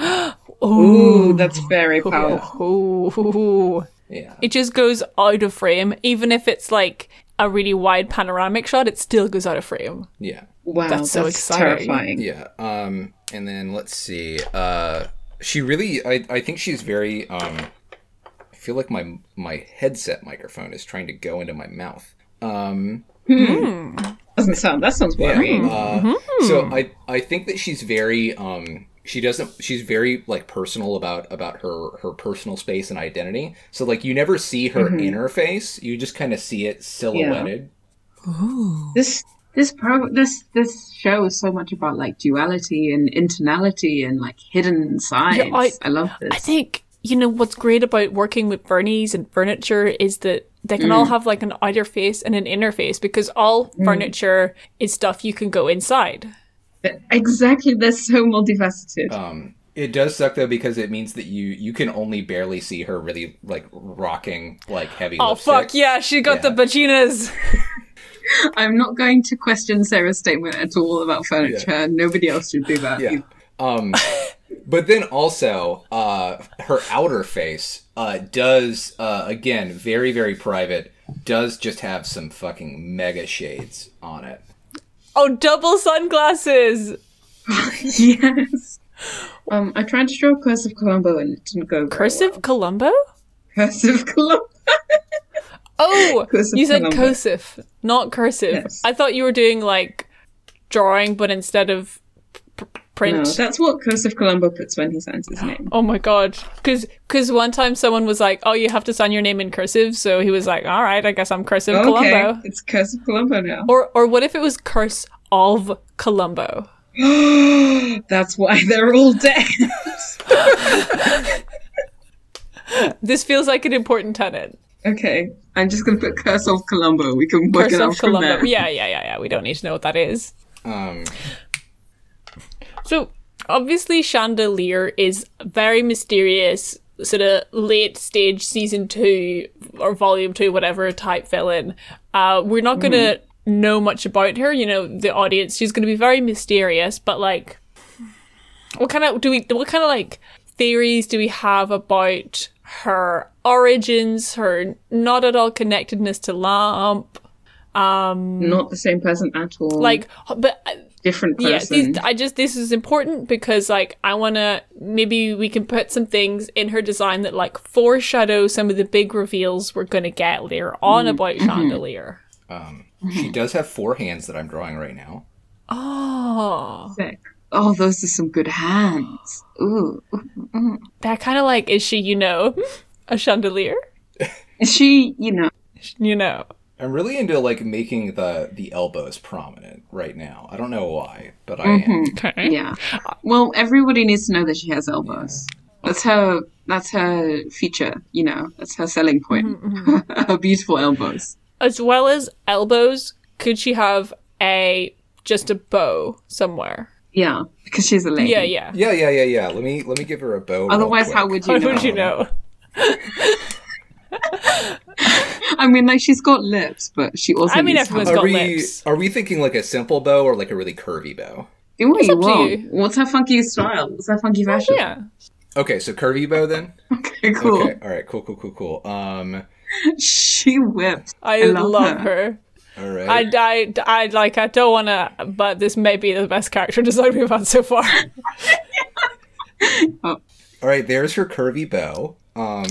[SPEAKER 2] Ooh, that's very powerful.
[SPEAKER 1] Oh,
[SPEAKER 3] Yeah,
[SPEAKER 1] it just goes out of frame. Even if it's like a really wide panoramic shot, it still goes out of frame.
[SPEAKER 3] yeah.
[SPEAKER 2] Wow,
[SPEAKER 1] That's
[SPEAKER 2] that's,
[SPEAKER 1] so exciting.
[SPEAKER 2] terrifying.
[SPEAKER 3] Yeah. Um. And then let's see. Uh. She really. I. I think she's very. Um. I feel like my my headset microphone is trying to go into my mouth. Um.
[SPEAKER 2] Doesn't sound. That sounds
[SPEAKER 3] Yeah.
[SPEAKER 1] Mm-hmm.
[SPEAKER 2] worrying.
[SPEAKER 3] Uh, so I. I think that she's very. Um. She doesn't. She's very like personal about about her her personal space and identity. So like you never see her
[SPEAKER 1] Mm-hmm.
[SPEAKER 3] inner face. You just kind of see it silhouetted.
[SPEAKER 2] This this pro this this show is so much about like duality and internality and like hidden sides.
[SPEAKER 1] I-
[SPEAKER 2] I, love this.
[SPEAKER 1] I think you know what's great about working with vernies and furniture is that they can all have like an outer face and an inner face because all furniture is stuff you can go inside.
[SPEAKER 2] Exactly, they're so multifaceted.
[SPEAKER 3] Um, it does suck though because it means that you you can only barely see her really like rocking like heavy.
[SPEAKER 1] Oh
[SPEAKER 3] lipstick.
[SPEAKER 1] fuck yeah, she got
[SPEAKER 3] Yeah.
[SPEAKER 1] the vaginas.
[SPEAKER 2] I'm not going to question Sarah's statement at all about furniture. Nobody else should do that.
[SPEAKER 3] Yeah. Um, but then also, uh, her outer face uh, does, uh, again, very, very private, does just have some fucking mega shades on it.
[SPEAKER 1] Oh, double sunglasses.
[SPEAKER 2] yes. Um, I tried to draw Curse of Colombo and it didn't go. very
[SPEAKER 1] Cursive
[SPEAKER 2] well.
[SPEAKER 1] Columbo?
[SPEAKER 2] Curse of Colombo.
[SPEAKER 1] Oh,
[SPEAKER 2] Cursive
[SPEAKER 1] you said
[SPEAKER 2] Columbo.
[SPEAKER 1] cursive, not cursive.
[SPEAKER 2] Yes.
[SPEAKER 1] I thought you were doing like drawing, but instead of p- p-
[SPEAKER 2] No,
[SPEAKER 1] print.
[SPEAKER 2] that's what Curse of Colombo puts when he signs his name.
[SPEAKER 1] Oh my god. Cause, 'cause one time someone was like, Oh, you have to sign your name in cursive, so he was like, Alright, I guess I'm cursive
[SPEAKER 2] Okay,
[SPEAKER 1] Columbo.
[SPEAKER 2] it's Curse of Colombo now.
[SPEAKER 1] Or or what if it was curse of Columbo? Oh.
[SPEAKER 2] That's why they're all dead.
[SPEAKER 1] This feels like an important tenet.
[SPEAKER 2] okay, I'm just gonna put Curse of Colombo. We can work
[SPEAKER 1] Curse
[SPEAKER 2] it out
[SPEAKER 1] of
[SPEAKER 2] from
[SPEAKER 1] Columbo.
[SPEAKER 2] there.
[SPEAKER 1] Yeah, yeah, yeah, yeah. We don't need to know what that is.
[SPEAKER 3] Um,
[SPEAKER 1] So obviously Chandelier is very mysterious sort of late stage season two or volume two, whatever type villain. Uh we're not gonna know much about her, you know, the audience. She's gonna be very mysterious, but like what kind of do we what kind of like theories do we have about her origins, her not at all connectedness to Lamp?
[SPEAKER 2] Not the same person at all.
[SPEAKER 1] Like but uh,
[SPEAKER 2] different
[SPEAKER 1] yeah
[SPEAKER 2] person.
[SPEAKER 1] these, i just this is important because like i want to maybe we can put some things in her design that like foreshadow some of the big reveals we're going to get later on
[SPEAKER 2] Mm-hmm.
[SPEAKER 1] about chandelier
[SPEAKER 3] um, she does have four hands that I'm drawing right now.
[SPEAKER 1] oh
[SPEAKER 2] Sick. Oh, those are some good hands. Ooh,
[SPEAKER 1] that kind of like is she you know a chandelier
[SPEAKER 2] is she? You know,
[SPEAKER 1] you know
[SPEAKER 3] I'm really into like making the the elbows prominent right now. I don't know why, but I am.
[SPEAKER 2] Mm-hmm.
[SPEAKER 1] okay
[SPEAKER 2] yeah. Well, everybody needs to know that she has elbows. That's her. That's her feature. You know, that's her selling point.
[SPEAKER 1] Mm-hmm,
[SPEAKER 2] her beautiful elbows.
[SPEAKER 1] as well as elbows could she have a just a bow somewhere
[SPEAKER 2] Yeah, because she's a lady.
[SPEAKER 1] yeah yeah
[SPEAKER 3] Yeah, yeah, yeah, yeah. Let me let me give her a bow. real
[SPEAKER 2] Otherwise, how
[SPEAKER 3] quick.
[SPEAKER 2] would
[SPEAKER 1] how
[SPEAKER 2] you know?
[SPEAKER 1] would you know
[SPEAKER 2] I mean, like she's got lips, but she also.
[SPEAKER 1] I mean,
[SPEAKER 2] needs
[SPEAKER 1] everyone's
[SPEAKER 2] help.
[SPEAKER 1] got-
[SPEAKER 3] are we
[SPEAKER 1] lips?
[SPEAKER 3] are we thinking like a simple bow or like a really curvy bow?
[SPEAKER 2] Do what
[SPEAKER 1] It's
[SPEAKER 2] you
[SPEAKER 1] up to
[SPEAKER 2] want.
[SPEAKER 1] you.
[SPEAKER 2] What's her funky style? What's her funky fashion?
[SPEAKER 1] yeah
[SPEAKER 3] Okay, so curvy bow then.
[SPEAKER 2] Okay, cool.
[SPEAKER 3] Okay, all right, cool, cool, cool, cool. Um,
[SPEAKER 2] She whipped.
[SPEAKER 1] i,
[SPEAKER 2] love
[SPEAKER 1] love,
[SPEAKER 2] her.
[SPEAKER 1] her.
[SPEAKER 3] all right.
[SPEAKER 1] I, I, I like I don't want to, but this may be the best character design we've had so far.
[SPEAKER 3] All right, there's her curvy bow. Um,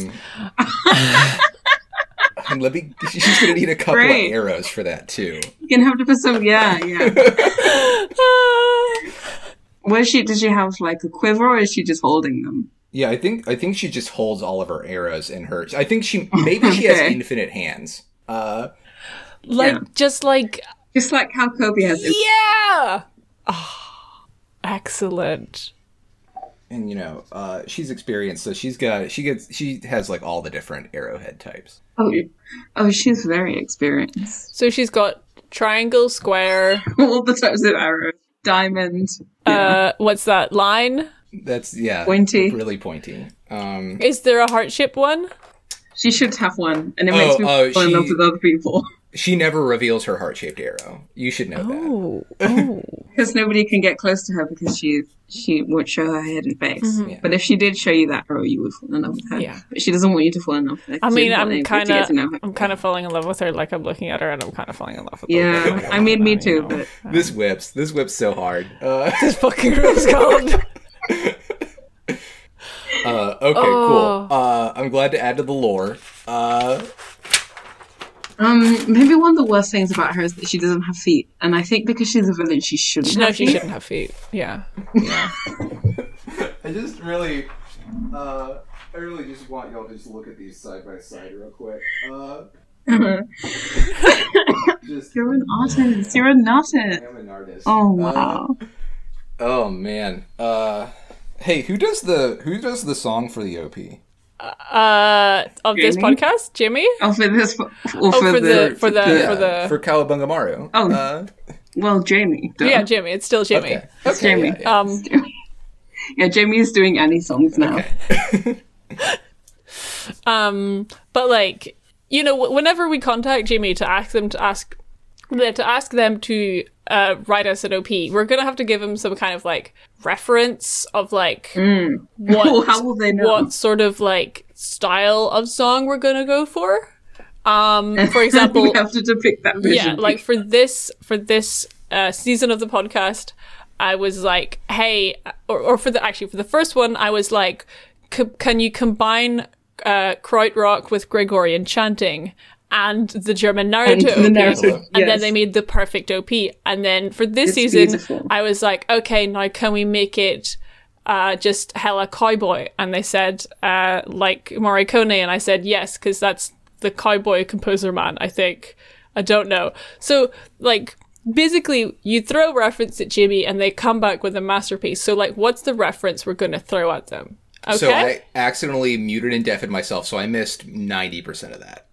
[SPEAKER 3] and let me. She's gonna need a couple
[SPEAKER 2] Great.
[SPEAKER 3] of arrows for that too.
[SPEAKER 2] You can have to put some. Yeah, yeah. Was she? Did she have like a quiver, or is she just holding them?
[SPEAKER 3] Yeah, I think I think she just holds all of her arrows in her. I think she maybe she has
[SPEAKER 2] Okay.
[SPEAKER 3] infinite hands. Uh,
[SPEAKER 1] like
[SPEAKER 2] Yeah.
[SPEAKER 1] just like
[SPEAKER 2] Just like how Kobe has. it.
[SPEAKER 1] yeah, Ah, excellent.
[SPEAKER 3] and you know, uh, she's experienced, so she's got she gets she has like all the different arrowhead types.
[SPEAKER 2] Oh, oh, she's very experienced.
[SPEAKER 1] So she's got triangle, square.
[SPEAKER 2] All the types of arrows, diamond.
[SPEAKER 1] Uh, what's that line?
[SPEAKER 3] That's yeah,
[SPEAKER 2] Pointy.
[SPEAKER 3] really pointy. Um,
[SPEAKER 1] Is there a heart shape one?
[SPEAKER 2] She should have one, and it
[SPEAKER 3] Oh,
[SPEAKER 2] makes me
[SPEAKER 3] oh,
[SPEAKER 2] fall in love
[SPEAKER 3] she-
[SPEAKER 2] with other people
[SPEAKER 3] she never reveals her heart shaped arrow. You should know that.
[SPEAKER 1] Oh, oh.
[SPEAKER 2] because nobody can get close to her because she she won't show her hidden face.
[SPEAKER 3] Yeah.
[SPEAKER 2] But if she did show you that arrow, you would fall in love with her.
[SPEAKER 1] Mm-hmm. Yeah.
[SPEAKER 2] But she doesn't want you to fall in love with her.
[SPEAKER 1] I
[SPEAKER 2] 'cause
[SPEAKER 1] mean,
[SPEAKER 2] you
[SPEAKER 1] I'm
[SPEAKER 2] want
[SPEAKER 1] kind
[SPEAKER 2] to get
[SPEAKER 1] of,
[SPEAKER 2] to know her.
[SPEAKER 1] I'm kind of falling in love with her. Like I'm looking at her, and I'm kind of falling in love with her.
[SPEAKER 2] Yeah, I mean, me too. But
[SPEAKER 3] This whips. This whips so hard. Uh,
[SPEAKER 1] This fucking rose gold.
[SPEAKER 3] Uh, okay,
[SPEAKER 1] Oh.
[SPEAKER 3] cool. Uh, I'm glad to add to the lore. Uh,
[SPEAKER 2] um, maybe one of the worst things about her is that she doesn't have feet, and I think because she's a villain, she shouldn't.
[SPEAKER 1] No,
[SPEAKER 2] have
[SPEAKER 1] she
[SPEAKER 2] feet.
[SPEAKER 1] shouldn't have feet. Yeah.
[SPEAKER 3] I just really, uh, I really just want y'all to just look at these side by side real quick. Uh, just
[SPEAKER 2] You're an artist. You're an artist.
[SPEAKER 3] I'm an artist.
[SPEAKER 2] Oh
[SPEAKER 1] Um,
[SPEAKER 2] wow.
[SPEAKER 3] Uh, oh man. Uh, hey, who does the who does the song for the OP?
[SPEAKER 1] uh, of this
[SPEAKER 2] Jamie?
[SPEAKER 1] podcast, Jimmy.
[SPEAKER 2] Oh, for this. Or
[SPEAKER 1] Oh, for, the, for the
[SPEAKER 3] Yeah,
[SPEAKER 1] for the
[SPEAKER 3] for Kawabunga Maru.
[SPEAKER 2] Oh.
[SPEAKER 3] Uh,
[SPEAKER 2] well, Jamie. duh.
[SPEAKER 1] yeah, Jimmy. It's still Jimmy.
[SPEAKER 3] okay.
[SPEAKER 2] It's
[SPEAKER 3] Okay,
[SPEAKER 2] Jamie.
[SPEAKER 3] yeah, yeah.
[SPEAKER 1] Um,
[SPEAKER 2] yeah, Jamie is doing Annie songs now.
[SPEAKER 1] um, but like you know, wh- whenever we contact Jimmy to ask them to ask to ask them to uh, write us an OP, we're gonna have to give him some kind of like reference of like what
[SPEAKER 2] Oh, how will they know?
[SPEAKER 1] what sort of like style of song we're gonna go for. Um, for
[SPEAKER 2] we
[SPEAKER 1] example,
[SPEAKER 2] have to depict that vision.
[SPEAKER 1] yeah like for this for this uh, season of the podcast i was like hey or, or for the actually for the first one i was like c- can you combine uh, krautrock with gregorian chanting and the german
[SPEAKER 2] and
[SPEAKER 1] narrative
[SPEAKER 2] the narrative.
[SPEAKER 1] and then
[SPEAKER 2] yes.
[SPEAKER 1] they made the perfect op and then for this
[SPEAKER 2] It's
[SPEAKER 1] season
[SPEAKER 2] beautiful.
[SPEAKER 1] i was like okay now can we make it uh, just hella cowboy and they said uh, like morricone and i said yes because that's the cowboy composer man i think i don't know so like basically you throw a reference at jimmy and they come back with a masterpiece so like what's the reference we're going to throw at them okay
[SPEAKER 3] So I accidentally muted and deafened myself, so I missed ninety percent of that.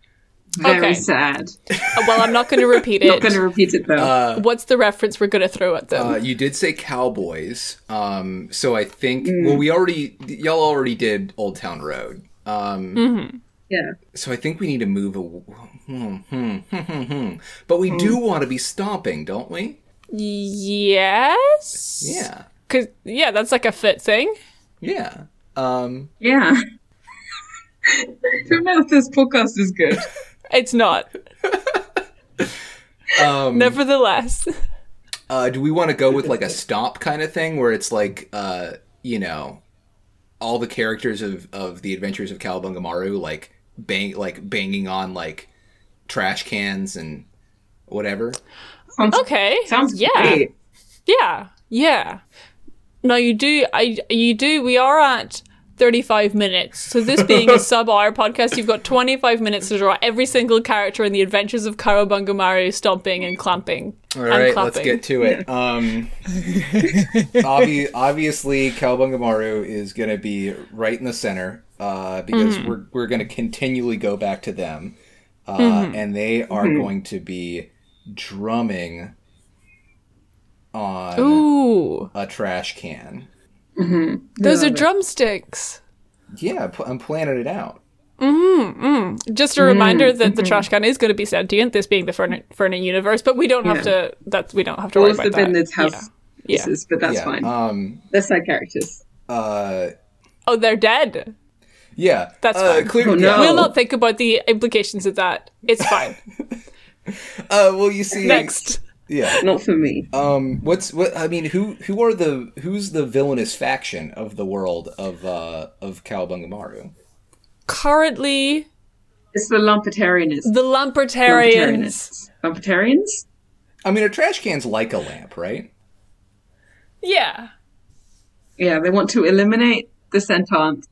[SPEAKER 2] Very
[SPEAKER 1] okay.
[SPEAKER 2] sad.
[SPEAKER 1] Uh, well i'm not going to repeat
[SPEAKER 2] Not
[SPEAKER 1] it
[SPEAKER 2] going to repeat it though.
[SPEAKER 1] what's the reference we're going to throw at them
[SPEAKER 3] Uh, you did say cowboys, um, so I think well we already y'all already did Old Town Road, um,
[SPEAKER 2] yeah.
[SPEAKER 3] so I think we need to move. A, hmm, hmm, hmm, hmm, hmm. But we do want to be stomping, don't we?
[SPEAKER 1] yes
[SPEAKER 3] Yeah,
[SPEAKER 1] Cause yeah, that's like a fit thing.
[SPEAKER 3] yeah. Um,
[SPEAKER 2] Yeah. Don't know if this podcast is good.
[SPEAKER 1] It's not.
[SPEAKER 3] um,
[SPEAKER 1] Nevertheless,
[SPEAKER 3] uh, do we want to go with like a stomp kind of thing where it's like uh, you know all the characters of, of the Adventures of Cowabunga Maru like bang like banging on like trash cans and whatever?
[SPEAKER 2] Sounds,
[SPEAKER 1] okay.
[SPEAKER 2] Sounds
[SPEAKER 1] yeah,
[SPEAKER 2] great.
[SPEAKER 1] yeah, yeah. No, you do. I you do. We are at thirty-five minutes. So this being a sub-hour podcast, you've got twenty-five minutes to draw every single character in the Adventures of Karobunga Maru stomping and clamping.
[SPEAKER 3] All
[SPEAKER 1] and
[SPEAKER 3] right,
[SPEAKER 1] clapping.
[SPEAKER 3] let's get to it. Um, obvi- obviously, Kalbungamaru is going to be right in the center uh, because
[SPEAKER 1] Mm-hmm.
[SPEAKER 3] we're, we're going to continually go back to them. Uh,
[SPEAKER 1] Mm-hmm.
[SPEAKER 3] And they are
[SPEAKER 2] Mm-hmm.
[SPEAKER 3] going to be drumming on
[SPEAKER 1] Ooh,
[SPEAKER 3] a trash can.
[SPEAKER 1] those are drumsticks.
[SPEAKER 3] Yeah, p- I'm planning it out.
[SPEAKER 1] Just a reminder that the trash can is going to be sentient. This being the Fernet, Fernet universe, but we don't have to. That's we don't have to
[SPEAKER 2] All
[SPEAKER 1] worry
[SPEAKER 2] of
[SPEAKER 1] about
[SPEAKER 2] the
[SPEAKER 1] that.
[SPEAKER 2] Bennets have
[SPEAKER 1] Yeah. Yeah.
[SPEAKER 2] pieces, but that's
[SPEAKER 3] yeah.
[SPEAKER 2] fine.
[SPEAKER 3] Um,
[SPEAKER 2] They're side characters.
[SPEAKER 3] uh,
[SPEAKER 1] Oh, they're dead.
[SPEAKER 3] yeah.
[SPEAKER 1] That's
[SPEAKER 3] uh,
[SPEAKER 1] fine.
[SPEAKER 3] Clear-
[SPEAKER 2] Oh, no.
[SPEAKER 1] We'll not think about the implications of that. It's fine.
[SPEAKER 3] Uh, well, you see.
[SPEAKER 1] Next.
[SPEAKER 3] Yeah.
[SPEAKER 2] Not for me.
[SPEAKER 3] Um, what's what? I mean, who who are the who's the villainous faction of the world of uh of Kalbungamaru?
[SPEAKER 1] Currently,
[SPEAKER 2] It's the Lumpertarianists.
[SPEAKER 1] the Lumpertarians.
[SPEAKER 2] Lumpertarians?
[SPEAKER 3] I mean, a trash can's like a lamp, right?
[SPEAKER 1] Yeah.
[SPEAKER 2] Yeah, they want to eliminate the Sentant.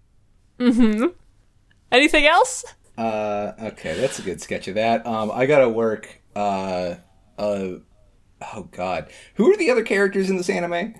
[SPEAKER 1] Anything else?
[SPEAKER 3] Uh, okay, that's a good sketch of that. Um, I gotta work. Uh, uh, oh God, who are the other characters in this anime?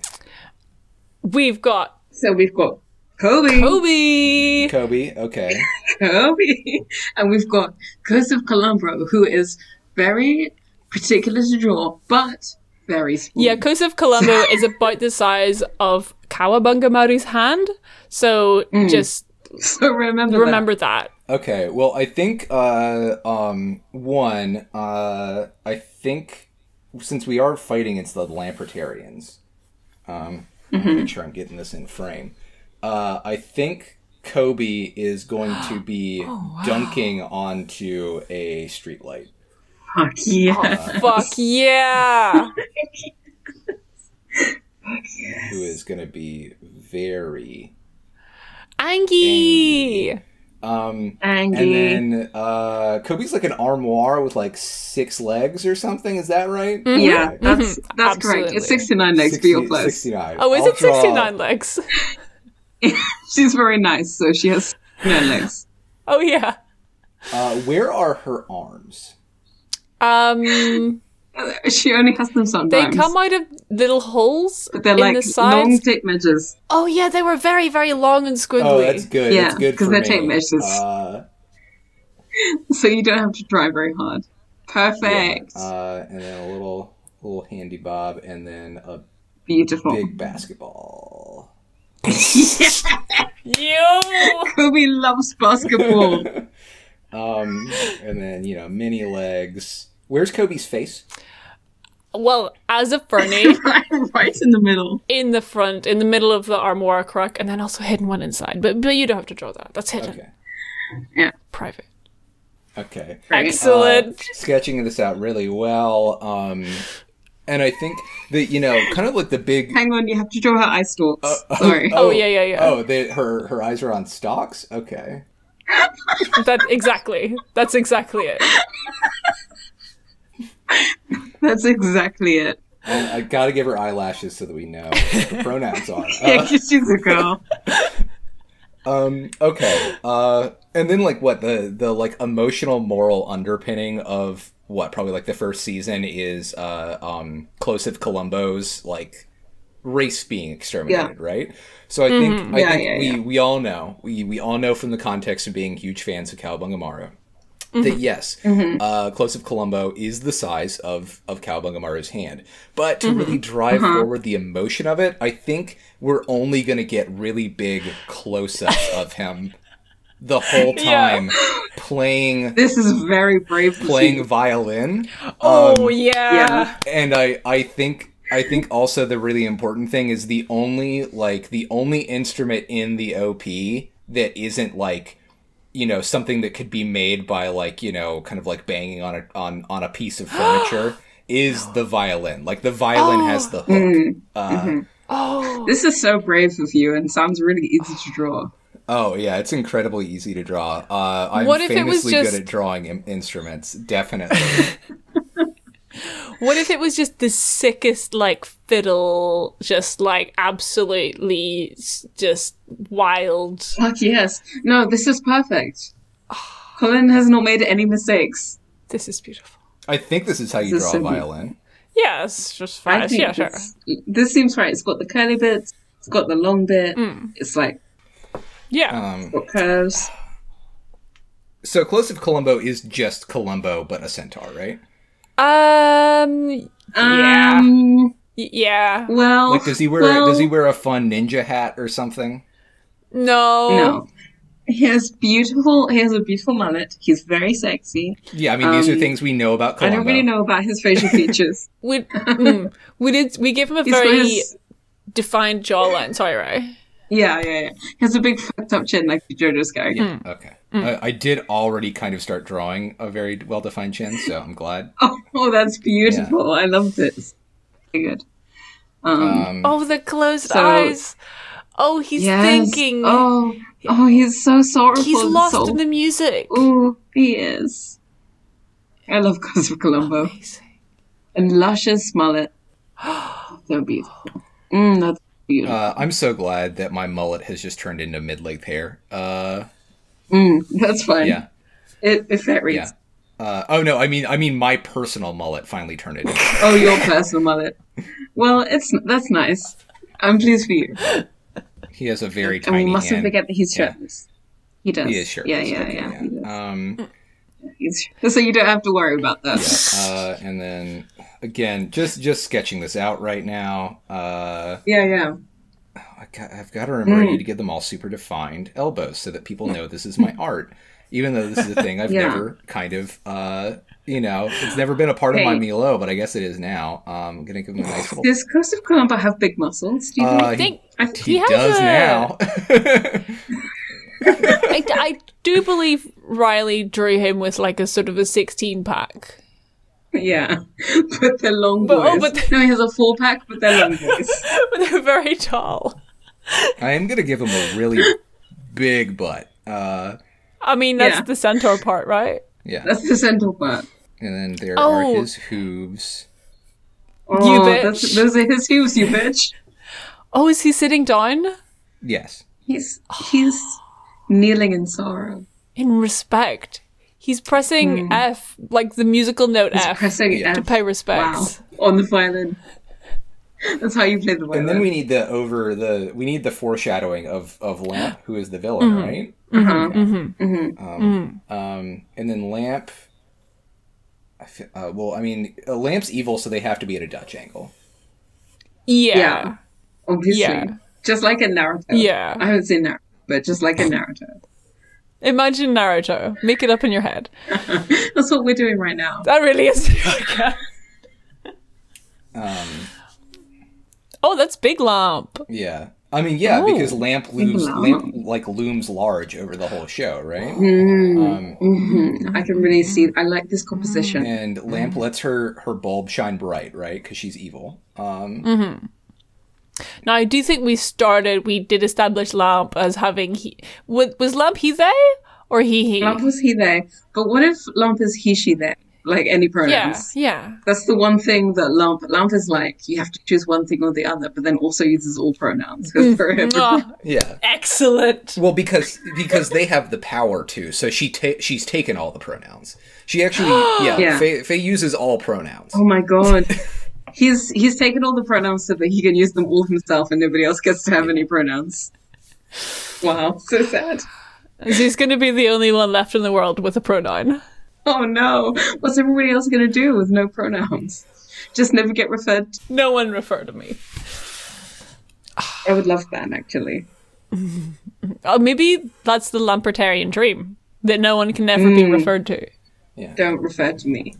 [SPEAKER 1] We've got
[SPEAKER 2] So we've got Kobe.
[SPEAKER 1] Kobe.
[SPEAKER 3] Kobe. Okay.
[SPEAKER 2] Kobe. And we've got Curse of Columbro, who is very particular to draw, but very small.
[SPEAKER 1] Yeah, Coast of Colombo is about the size of Kawabunga Maru's hand. So
[SPEAKER 2] Mm.
[SPEAKER 1] just
[SPEAKER 2] So remember,
[SPEAKER 1] remember that.
[SPEAKER 3] Okay, well, I think uh, um, one, uh, I think since we are fighting against the Lampertarians, um, I'm
[SPEAKER 1] Mm-hmm.
[SPEAKER 3] gonna make sure I'm getting this in frame. Uh, I think Kobe is going to be
[SPEAKER 1] Oh,
[SPEAKER 3] dunking onto a streetlight.
[SPEAKER 2] that. Fuck yeah.
[SPEAKER 1] Fuck yeah.
[SPEAKER 3] Who is going to be very
[SPEAKER 1] Angie.
[SPEAKER 3] um. And
[SPEAKER 2] Angie.
[SPEAKER 3] then uh, Kobe's like an armoire with like six legs or something. Is that right?
[SPEAKER 1] Mm-hmm.
[SPEAKER 2] yeah,
[SPEAKER 3] Okay.
[SPEAKER 2] that's that's correct.
[SPEAKER 1] Absolutely.
[SPEAKER 2] It's 69 legs for
[SPEAKER 3] 60
[SPEAKER 2] your place.
[SPEAKER 3] 69.
[SPEAKER 1] Oh, is
[SPEAKER 3] I'll
[SPEAKER 1] it
[SPEAKER 3] draw-
[SPEAKER 1] 69 legs?
[SPEAKER 2] She's very nice, so she has no legs.
[SPEAKER 1] Oh, yeah.
[SPEAKER 3] Uh, where are her arms?
[SPEAKER 1] Um,
[SPEAKER 2] She only has them
[SPEAKER 1] They
[SPEAKER 2] sometimes.
[SPEAKER 1] come out of little holes
[SPEAKER 2] but they're
[SPEAKER 1] in
[SPEAKER 2] like
[SPEAKER 1] the sides.
[SPEAKER 2] long tape measures.
[SPEAKER 1] oh yeah, they were very very long and squiggly.
[SPEAKER 3] Oh, that's good.
[SPEAKER 2] Yeah,
[SPEAKER 3] that's good
[SPEAKER 2] 'cause
[SPEAKER 3] for
[SPEAKER 2] they're
[SPEAKER 3] me.
[SPEAKER 2] tape measures.
[SPEAKER 3] Uh,
[SPEAKER 2] So you don't have to try very hard.
[SPEAKER 3] yeah,
[SPEAKER 2] Perfect.
[SPEAKER 3] uh, and then a little little handy bob, and then a
[SPEAKER 2] Beautiful.
[SPEAKER 3] big basketball.
[SPEAKER 1] Yo.
[SPEAKER 2] Kobe loves basketball.
[SPEAKER 3] Um, and then you know, mini legs. Where's Kobe's face?
[SPEAKER 1] Well, as a Fernie
[SPEAKER 2] right in the middle.
[SPEAKER 1] in the front, in the middle of the Armora crook, and then also hidden one inside. But but you don't have to draw that. That's hidden.
[SPEAKER 3] Okay.
[SPEAKER 1] Private.
[SPEAKER 3] Okay.
[SPEAKER 2] Right.
[SPEAKER 1] Excellent.
[SPEAKER 3] uh, sketching this out really well. Um, and I think that you know, kind of like the big.
[SPEAKER 2] Hang on, you have to draw her eye
[SPEAKER 3] Uh,
[SPEAKER 2] stalks. Sorry.
[SPEAKER 1] oh, yeah, yeah, yeah.
[SPEAKER 3] Oh, they, her her eyes are on stalks. Okay.
[SPEAKER 2] Uh,
[SPEAKER 1] that exactly. That's exactly it.
[SPEAKER 3] Um,
[SPEAKER 2] That's exactly it.
[SPEAKER 3] And I gotta give her eyelashes so that we know what her pronouns are.
[SPEAKER 2] Yeah,
[SPEAKER 3] Uh,
[SPEAKER 2] 'cause she's a girl.
[SPEAKER 3] um. Okay. Uh. And then like what the the like emotional moral underpinning of what probably like the first season is uh um close of Columbo's like race being exterminated right so i think i
[SPEAKER 2] Mm-hmm. Yeah,
[SPEAKER 3] think
[SPEAKER 2] yeah,
[SPEAKER 3] we
[SPEAKER 2] yeah.
[SPEAKER 3] we all know we we all know from the context of being huge fans of cowabunga maru that yes,
[SPEAKER 1] Mm-hmm.
[SPEAKER 3] uh, Close of Colombo is the size of of Cowabungamaru's hand. But to really
[SPEAKER 1] Mm-hmm.
[SPEAKER 3] drive
[SPEAKER 1] Uh-huh.
[SPEAKER 3] forward the emotion of it, I think we're only going to get really big close-ups of him the whole
[SPEAKER 1] Yeah.
[SPEAKER 3] time playing
[SPEAKER 2] This is very brave. of
[SPEAKER 3] playing
[SPEAKER 2] you.
[SPEAKER 3] violin.
[SPEAKER 1] oh yeah.
[SPEAKER 2] yeah.
[SPEAKER 3] and I I think I think also the really important thing is the only like the only instrument in the OP that isn't like you know something that could be made by like you know kind of like banging on a on on a piece of furniture is the violin. Like the violin has the hook.
[SPEAKER 1] Mm-hmm.
[SPEAKER 3] Uh,
[SPEAKER 1] Oh.
[SPEAKER 2] This is so brave of you and sounds really easy to draw.
[SPEAKER 3] Oh yeah, it's incredibly easy to draw. Uh, I'm
[SPEAKER 1] What if it was
[SPEAKER 3] famously
[SPEAKER 1] just-
[SPEAKER 3] good at drawing in- instruments. Definitely.
[SPEAKER 1] What if it was just the sickest like fiddle, just like absolutely s- just wild.
[SPEAKER 2] Fuck yes. No, this is perfect. Colin has not made any mistakes.
[SPEAKER 1] This is beautiful.
[SPEAKER 3] I think this is how you
[SPEAKER 2] This is
[SPEAKER 3] draw a
[SPEAKER 2] so neat.
[SPEAKER 3] violin.
[SPEAKER 1] Yeah, it's just
[SPEAKER 2] I
[SPEAKER 1] fast.
[SPEAKER 2] think
[SPEAKER 1] Yeah, sure.
[SPEAKER 2] this, this seems right. It's got the curly bits, it's got the long bit,
[SPEAKER 1] Mm.
[SPEAKER 2] it's like
[SPEAKER 1] Yeah.
[SPEAKER 3] Um,
[SPEAKER 2] got curves.
[SPEAKER 3] so close of Columbo is just Columbo, but a centaur, right?
[SPEAKER 1] Um. y- Yeah.
[SPEAKER 2] Um,
[SPEAKER 1] Yeah.
[SPEAKER 2] well,
[SPEAKER 3] Like, does he wear
[SPEAKER 2] Oh, well,
[SPEAKER 3] does he wear a fun ninja hat or something?
[SPEAKER 1] No.
[SPEAKER 2] No. He has beautiful. He has a beautiful mullet. He's very sexy.
[SPEAKER 3] Yeah, I mean, these
[SPEAKER 2] Um,
[SPEAKER 3] are things we know about
[SPEAKER 2] I
[SPEAKER 3] Columbo.
[SPEAKER 2] don't really know about his facial features.
[SPEAKER 1] We mm, we did we gave him a
[SPEAKER 2] He's got
[SPEAKER 1] very
[SPEAKER 2] his-
[SPEAKER 1] defined jawline. Sorry, Ray.
[SPEAKER 2] yeah, yeah, yeah. He has a big fucked up chin like the JoJo's character.
[SPEAKER 1] Hmm.
[SPEAKER 3] Okay,
[SPEAKER 2] Hmm.
[SPEAKER 3] I, I did already kind of start drawing a very well defined chin, so I'm glad.
[SPEAKER 2] Oh, oh, that's beautiful. I love this. Very good. Um,
[SPEAKER 3] Um,
[SPEAKER 1] Oh, the closed
[SPEAKER 2] So-
[SPEAKER 1] eyes. Oh, he's
[SPEAKER 2] yes.
[SPEAKER 1] thinking.
[SPEAKER 2] Oh, oh, he's so sorrowful.
[SPEAKER 1] he's
[SPEAKER 2] and
[SPEAKER 1] lost
[SPEAKER 2] soul-
[SPEAKER 1] in the music.
[SPEAKER 2] Ooh, he is. I love Cosmo Colombo.
[SPEAKER 1] Amazing.
[SPEAKER 2] And luscious mullet. so beautiful. Mm, that's beautiful.
[SPEAKER 3] uh, I'm so glad that my mullet has just turned into mid length hair. Uh,
[SPEAKER 2] mm, that's fine.
[SPEAKER 3] yeah,
[SPEAKER 2] It, if that reads.
[SPEAKER 3] yeah. Uh, oh no, I mean, I mean, my personal mullet finally turned into.
[SPEAKER 2] Oh, your personal mullet. Well, it's that's nice. I'm pleased for you.
[SPEAKER 3] He has a very
[SPEAKER 2] And we
[SPEAKER 3] tiny.
[SPEAKER 2] mustn't
[SPEAKER 3] hand.
[SPEAKER 2] forget that he's
[SPEAKER 3] Yeah.
[SPEAKER 2] shirtless. He does.
[SPEAKER 3] He is shirtless.
[SPEAKER 2] Yeah, yeah,
[SPEAKER 3] Okay,
[SPEAKER 2] yeah. he does.
[SPEAKER 3] Um,
[SPEAKER 2] He's- so you don't have to worry about that.
[SPEAKER 3] uh, and then again, just just sketching this out right now. Uh,
[SPEAKER 2] Yeah, yeah.
[SPEAKER 3] I got, I've got to remember I need to give them all super defined elbows so that people know this is my art, even though this is a thing I've
[SPEAKER 2] Yeah.
[SPEAKER 3] never kind of, uh, you know, it's never been a part of my
[SPEAKER 2] Hey.
[SPEAKER 3] Milo, but I guess it is now. Um, I'm gonna give them a nice little.
[SPEAKER 2] Does Coast of Columba have big muscles? Do you think?
[SPEAKER 3] Uh,
[SPEAKER 1] I think
[SPEAKER 2] I think
[SPEAKER 3] he,
[SPEAKER 1] he has
[SPEAKER 3] does
[SPEAKER 1] a-
[SPEAKER 3] now.
[SPEAKER 1] I, I do believe Riley drew him with like a sort of a sixteen pack.
[SPEAKER 2] yeah, but they're long boys.
[SPEAKER 1] But- oh, but they-
[SPEAKER 2] No, he has a four pack, but they're long boys.
[SPEAKER 1] But they're very tall.
[SPEAKER 3] I am gonna give him a really big butt. Uh,
[SPEAKER 1] I mean, that's
[SPEAKER 2] Yeah.
[SPEAKER 1] the centaur part, right?
[SPEAKER 3] yeah,
[SPEAKER 2] That's the central part.
[SPEAKER 3] and then there
[SPEAKER 1] Oh.
[SPEAKER 3] are his hooves.
[SPEAKER 2] Oh,
[SPEAKER 1] bitch.
[SPEAKER 2] that's- those are his hooves, you bitch.
[SPEAKER 1] Oh, is he sitting down
[SPEAKER 3] Yes,
[SPEAKER 2] He's he's kneeling in sorrow.
[SPEAKER 1] in respect? He's pressing F, like the musical note F,
[SPEAKER 2] Hmm. Pressing
[SPEAKER 3] Yeah.
[SPEAKER 1] to
[SPEAKER 2] F.
[SPEAKER 1] pay respects.
[SPEAKER 2] Wow. On the violin. That's how you play the violin.
[SPEAKER 3] And then we need the over the we need the foreshadowing of of Lamp, who is the villain, right?
[SPEAKER 2] Uh-huh.
[SPEAKER 3] Um, um, and then Lamp. I feel, uh, well, I mean, uh, Lamp's evil, so they have to be at a Dutch angle.
[SPEAKER 1] Yeah.
[SPEAKER 2] Yeah. Obviously.
[SPEAKER 1] Yeah.
[SPEAKER 2] Just like in Naruto.
[SPEAKER 1] Yeah.
[SPEAKER 2] I haven't seen Naruto, but just like in Naruto.
[SPEAKER 1] Imagine Naruto. Make it up in your head.
[SPEAKER 2] That's what we're doing right now.
[SPEAKER 1] That really is. Okay.
[SPEAKER 3] Um,
[SPEAKER 1] oh, that's Big Lump.
[SPEAKER 3] yeah, I mean, yeah,
[SPEAKER 1] Oh.
[SPEAKER 3] because Lamp looms,
[SPEAKER 2] Lamp.
[SPEAKER 3] Lamp like looms large over the whole show, right? Um,
[SPEAKER 2] hmm I can really see. I like this composition.
[SPEAKER 3] and Lamp lets her her bulb shine bright, right? Because she's evil. Um,
[SPEAKER 1] Now, I do think we started, we did establish Lamp as having. He, was, was Lamp he they? Or he he?
[SPEAKER 2] Lump was he there, but what if Lump is he she there? Like any
[SPEAKER 1] yeah,
[SPEAKER 2] pronouns.
[SPEAKER 1] yeah.
[SPEAKER 2] That's the one thing that Lump Lump is like. You have to choose one thing or the other, but then also uses all pronouns. 'cause for him-
[SPEAKER 1] Ah,
[SPEAKER 3] Yeah.
[SPEAKER 1] excellent.
[SPEAKER 3] Well, because because they have the power to, so she ta- she's taken all the pronouns. She actually, yeah,
[SPEAKER 2] Yeah.
[SPEAKER 3] Faye, Faye uses all pronouns.
[SPEAKER 2] Oh my god. He's he's taken all the pronouns so that he can use them all himself and nobody else gets to have any pronouns. Wow, so sad.
[SPEAKER 1] He's going to be the only one left in the world with a pronoun.
[SPEAKER 2] Oh no. What's everybody else gonna do with no pronouns? Just never get referred to.
[SPEAKER 1] No one refer to me.
[SPEAKER 2] I would love that actually.
[SPEAKER 1] Oh, maybe that's the Lampertarian dream that no one can ever be referred to.
[SPEAKER 2] Don't refer to me.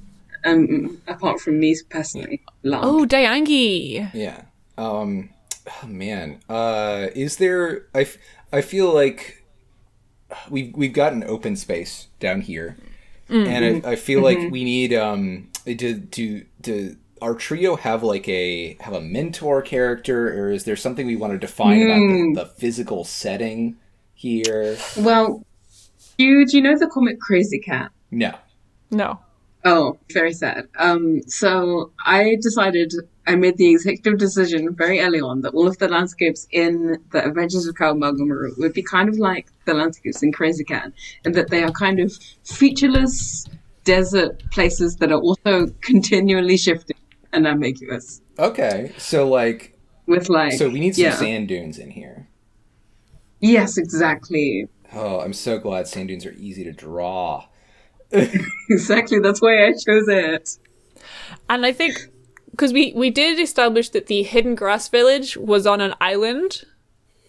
[SPEAKER 2] Um apart from me personally. Lump.
[SPEAKER 1] Oh, Diangi.
[SPEAKER 3] Yeah. Um. Oh man. Uh. Is there? I. f- I feel like we've we've got an open space down here, and I, I feel like we need um to to to our trio have like a have a mentor character, or is there something we want to define about the, the physical setting here?
[SPEAKER 2] Well you do you know the comic Crazy Cat?
[SPEAKER 3] No.
[SPEAKER 1] No.
[SPEAKER 2] Oh, very sad. Um, so I decided, I made the executive decision very early on that all of the landscapes in the Adventures of Carl Magumaru would be kind of like the landscapes in Crazy Cat, and that they are kind of featureless desert places that are also continually shifting and ambiguous.
[SPEAKER 3] Okay. So like.
[SPEAKER 2] With like,
[SPEAKER 3] So we need some
[SPEAKER 2] yeah.
[SPEAKER 3] sand dunes in here.
[SPEAKER 2] Yes, exactly,
[SPEAKER 3] Oh, I'm so glad sand dunes are easy to draw.
[SPEAKER 2] exactly. That's why I chose it.
[SPEAKER 1] And I think because we we did establish that the hidden grass village was on an island,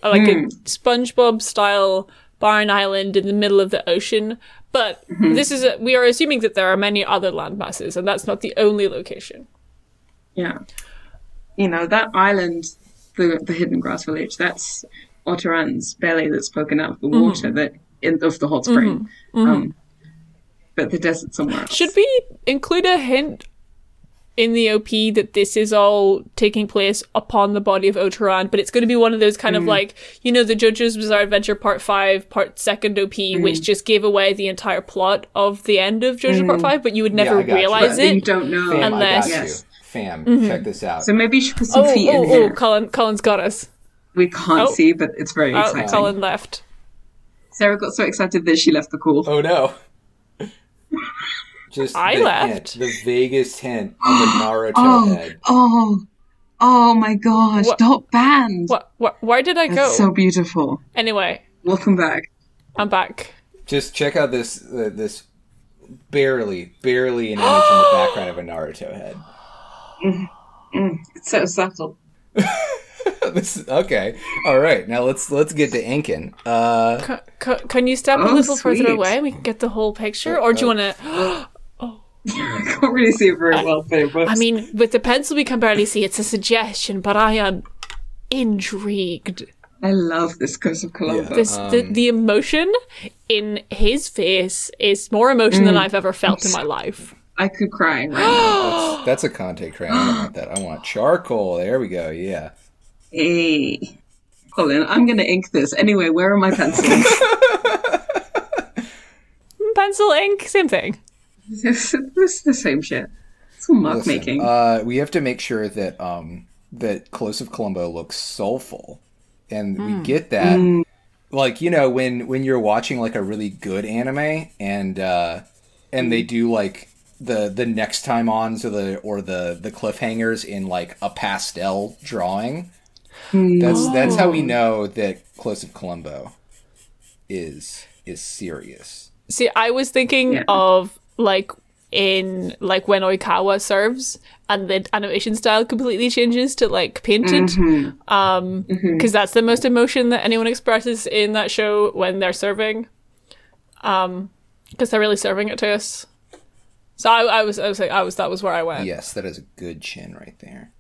[SPEAKER 1] uh, like a SpongeBob style barren island in the middle of the ocean. But this is a, we are assuming that there are many other land masses, and that's not the only location.
[SPEAKER 2] Yeah. You know, that island, the the hidden grass village, that's Otteran's belly that's poking out of
[SPEAKER 1] Mm-hmm.
[SPEAKER 2] the water that in, of the hot spring. Um, but the desert somewhere else.
[SPEAKER 1] Should we include a hint in the OP that this is all taking place upon the body of Oteran, but it's going to be one of those kind
[SPEAKER 2] Hmm.
[SPEAKER 1] of like, you know, the JoJo's Bizarre Adventure Part 5, Part 2nd OP,
[SPEAKER 2] Hmm.
[SPEAKER 1] which just gave away the entire plot of the end of JoJo
[SPEAKER 2] Hmm.
[SPEAKER 1] Part 5, but you would never
[SPEAKER 3] I got you.
[SPEAKER 1] realize
[SPEAKER 2] But you
[SPEAKER 1] it.
[SPEAKER 2] don't know.
[SPEAKER 3] Fam,
[SPEAKER 1] Unless-
[SPEAKER 3] I got
[SPEAKER 2] Oh, Yes.
[SPEAKER 3] you. Fam,
[SPEAKER 1] Mm-hmm.
[SPEAKER 3] check this out.
[SPEAKER 2] So maybe you should put some
[SPEAKER 1] Oh,
[SPEAKER 2] feet
[SPEAKER 1] oh,
[SPEAKER 2] in
[SPEAKER 1] oh,
[SPEAKER 2] there.
[SPEAKER 1] Colin, Colin's got us.
[SPEAKER 2] We can't
[SPEAKER 1] Oh.
[SPEAKER 2] see, but it's very
[SPEAKER 1] Oh,
[SPEAKER 2] exciting.
[SPEAKER 1] Colin left.
[SPEAKER 2] Sarah got so excited that she left the call.
[SPEAKER 3] oh no. Just
[SPEAKER 1] I
[SPEAKER 3] the
[SPEAKER 1] left.
[SPEAKER 3] hint, the vaguest hint of a Naruto head.
[SPEAKER 2] oh, oh my gosh!
[SPEAKER 1] What-
[SPEAKER 2] Not banned.
[SPEAKER 1] What, what, where did I go?
[SPEAKER 2] That's so beautiful.
[SPEAKER 1] anyway,
[SPEAKER 2] Welcome back.
[SPEAKER 1] I'm back.
[SPEAKER 3] Just check out this uh, this barely barely an image in the background of a Naruto head.
[SPEAKER 2] It's so subtle.
[SPEAKER 3] This- okay, all right. Now let's let's get to Inkin. Uh,
[SPEAKER 1] C- c- can you step a
[SPEAKER 2] Oh,
[SPEAKER 1] little further
[SPEAKER 2] sweet.
[SPEAKER 1] away and we can get the whole picture? Or do you want to.
[SPEAKER 2] I can't really see it very well, but it works.
[SPEAKER 1] I mean, with the pencil we can barely see. It's a suggestion, but I am intrigued.
[SPEAKER 2] I love this Curse of Colombo.
[SPEAKER 1] This the, the emotion in his face is more emotion than I've ever felt in my life.
[SPEAKER 2] I could cry right now.
[SPEAKER 3] that's, that's a Conte crayon. I don't want that. I want charcoal. There we go. Yeah.
[SPEAKER 2] Hey, Colin, I'm gonna ink this anyway. Where are my pencils?
[SPEAKER 1] Pencil, ink, same thing.
[SPEAKER 2] this, this is the same shit. It's all mark
[SPEAKER 3] Listen,
[SPEAKER 2] making.
[SPEAKER 3] Uh, we have to make sure that um, that Close of Colombo looks soulful, and we get that. Like you know, when when you're watching like a really good anime, and uh, and they do like the the next time ons or the or the the cliffhangers in like a pastel drawing. That's that's how we know that Close of Columbo is is serious.
[SPEAKER 1] See, I was thinking
[SPEAKER 2] Yeah.
[SPEAKER 1] of like in like when Oikawa serves and the animation style completely changes to like painted um because that's the most emotion that anyone expresses in that show when they're serving um because they're really serving it to us so I, I was i was like i was that was where i went
[SPEAKER 3] Yes, that is a good chin right there.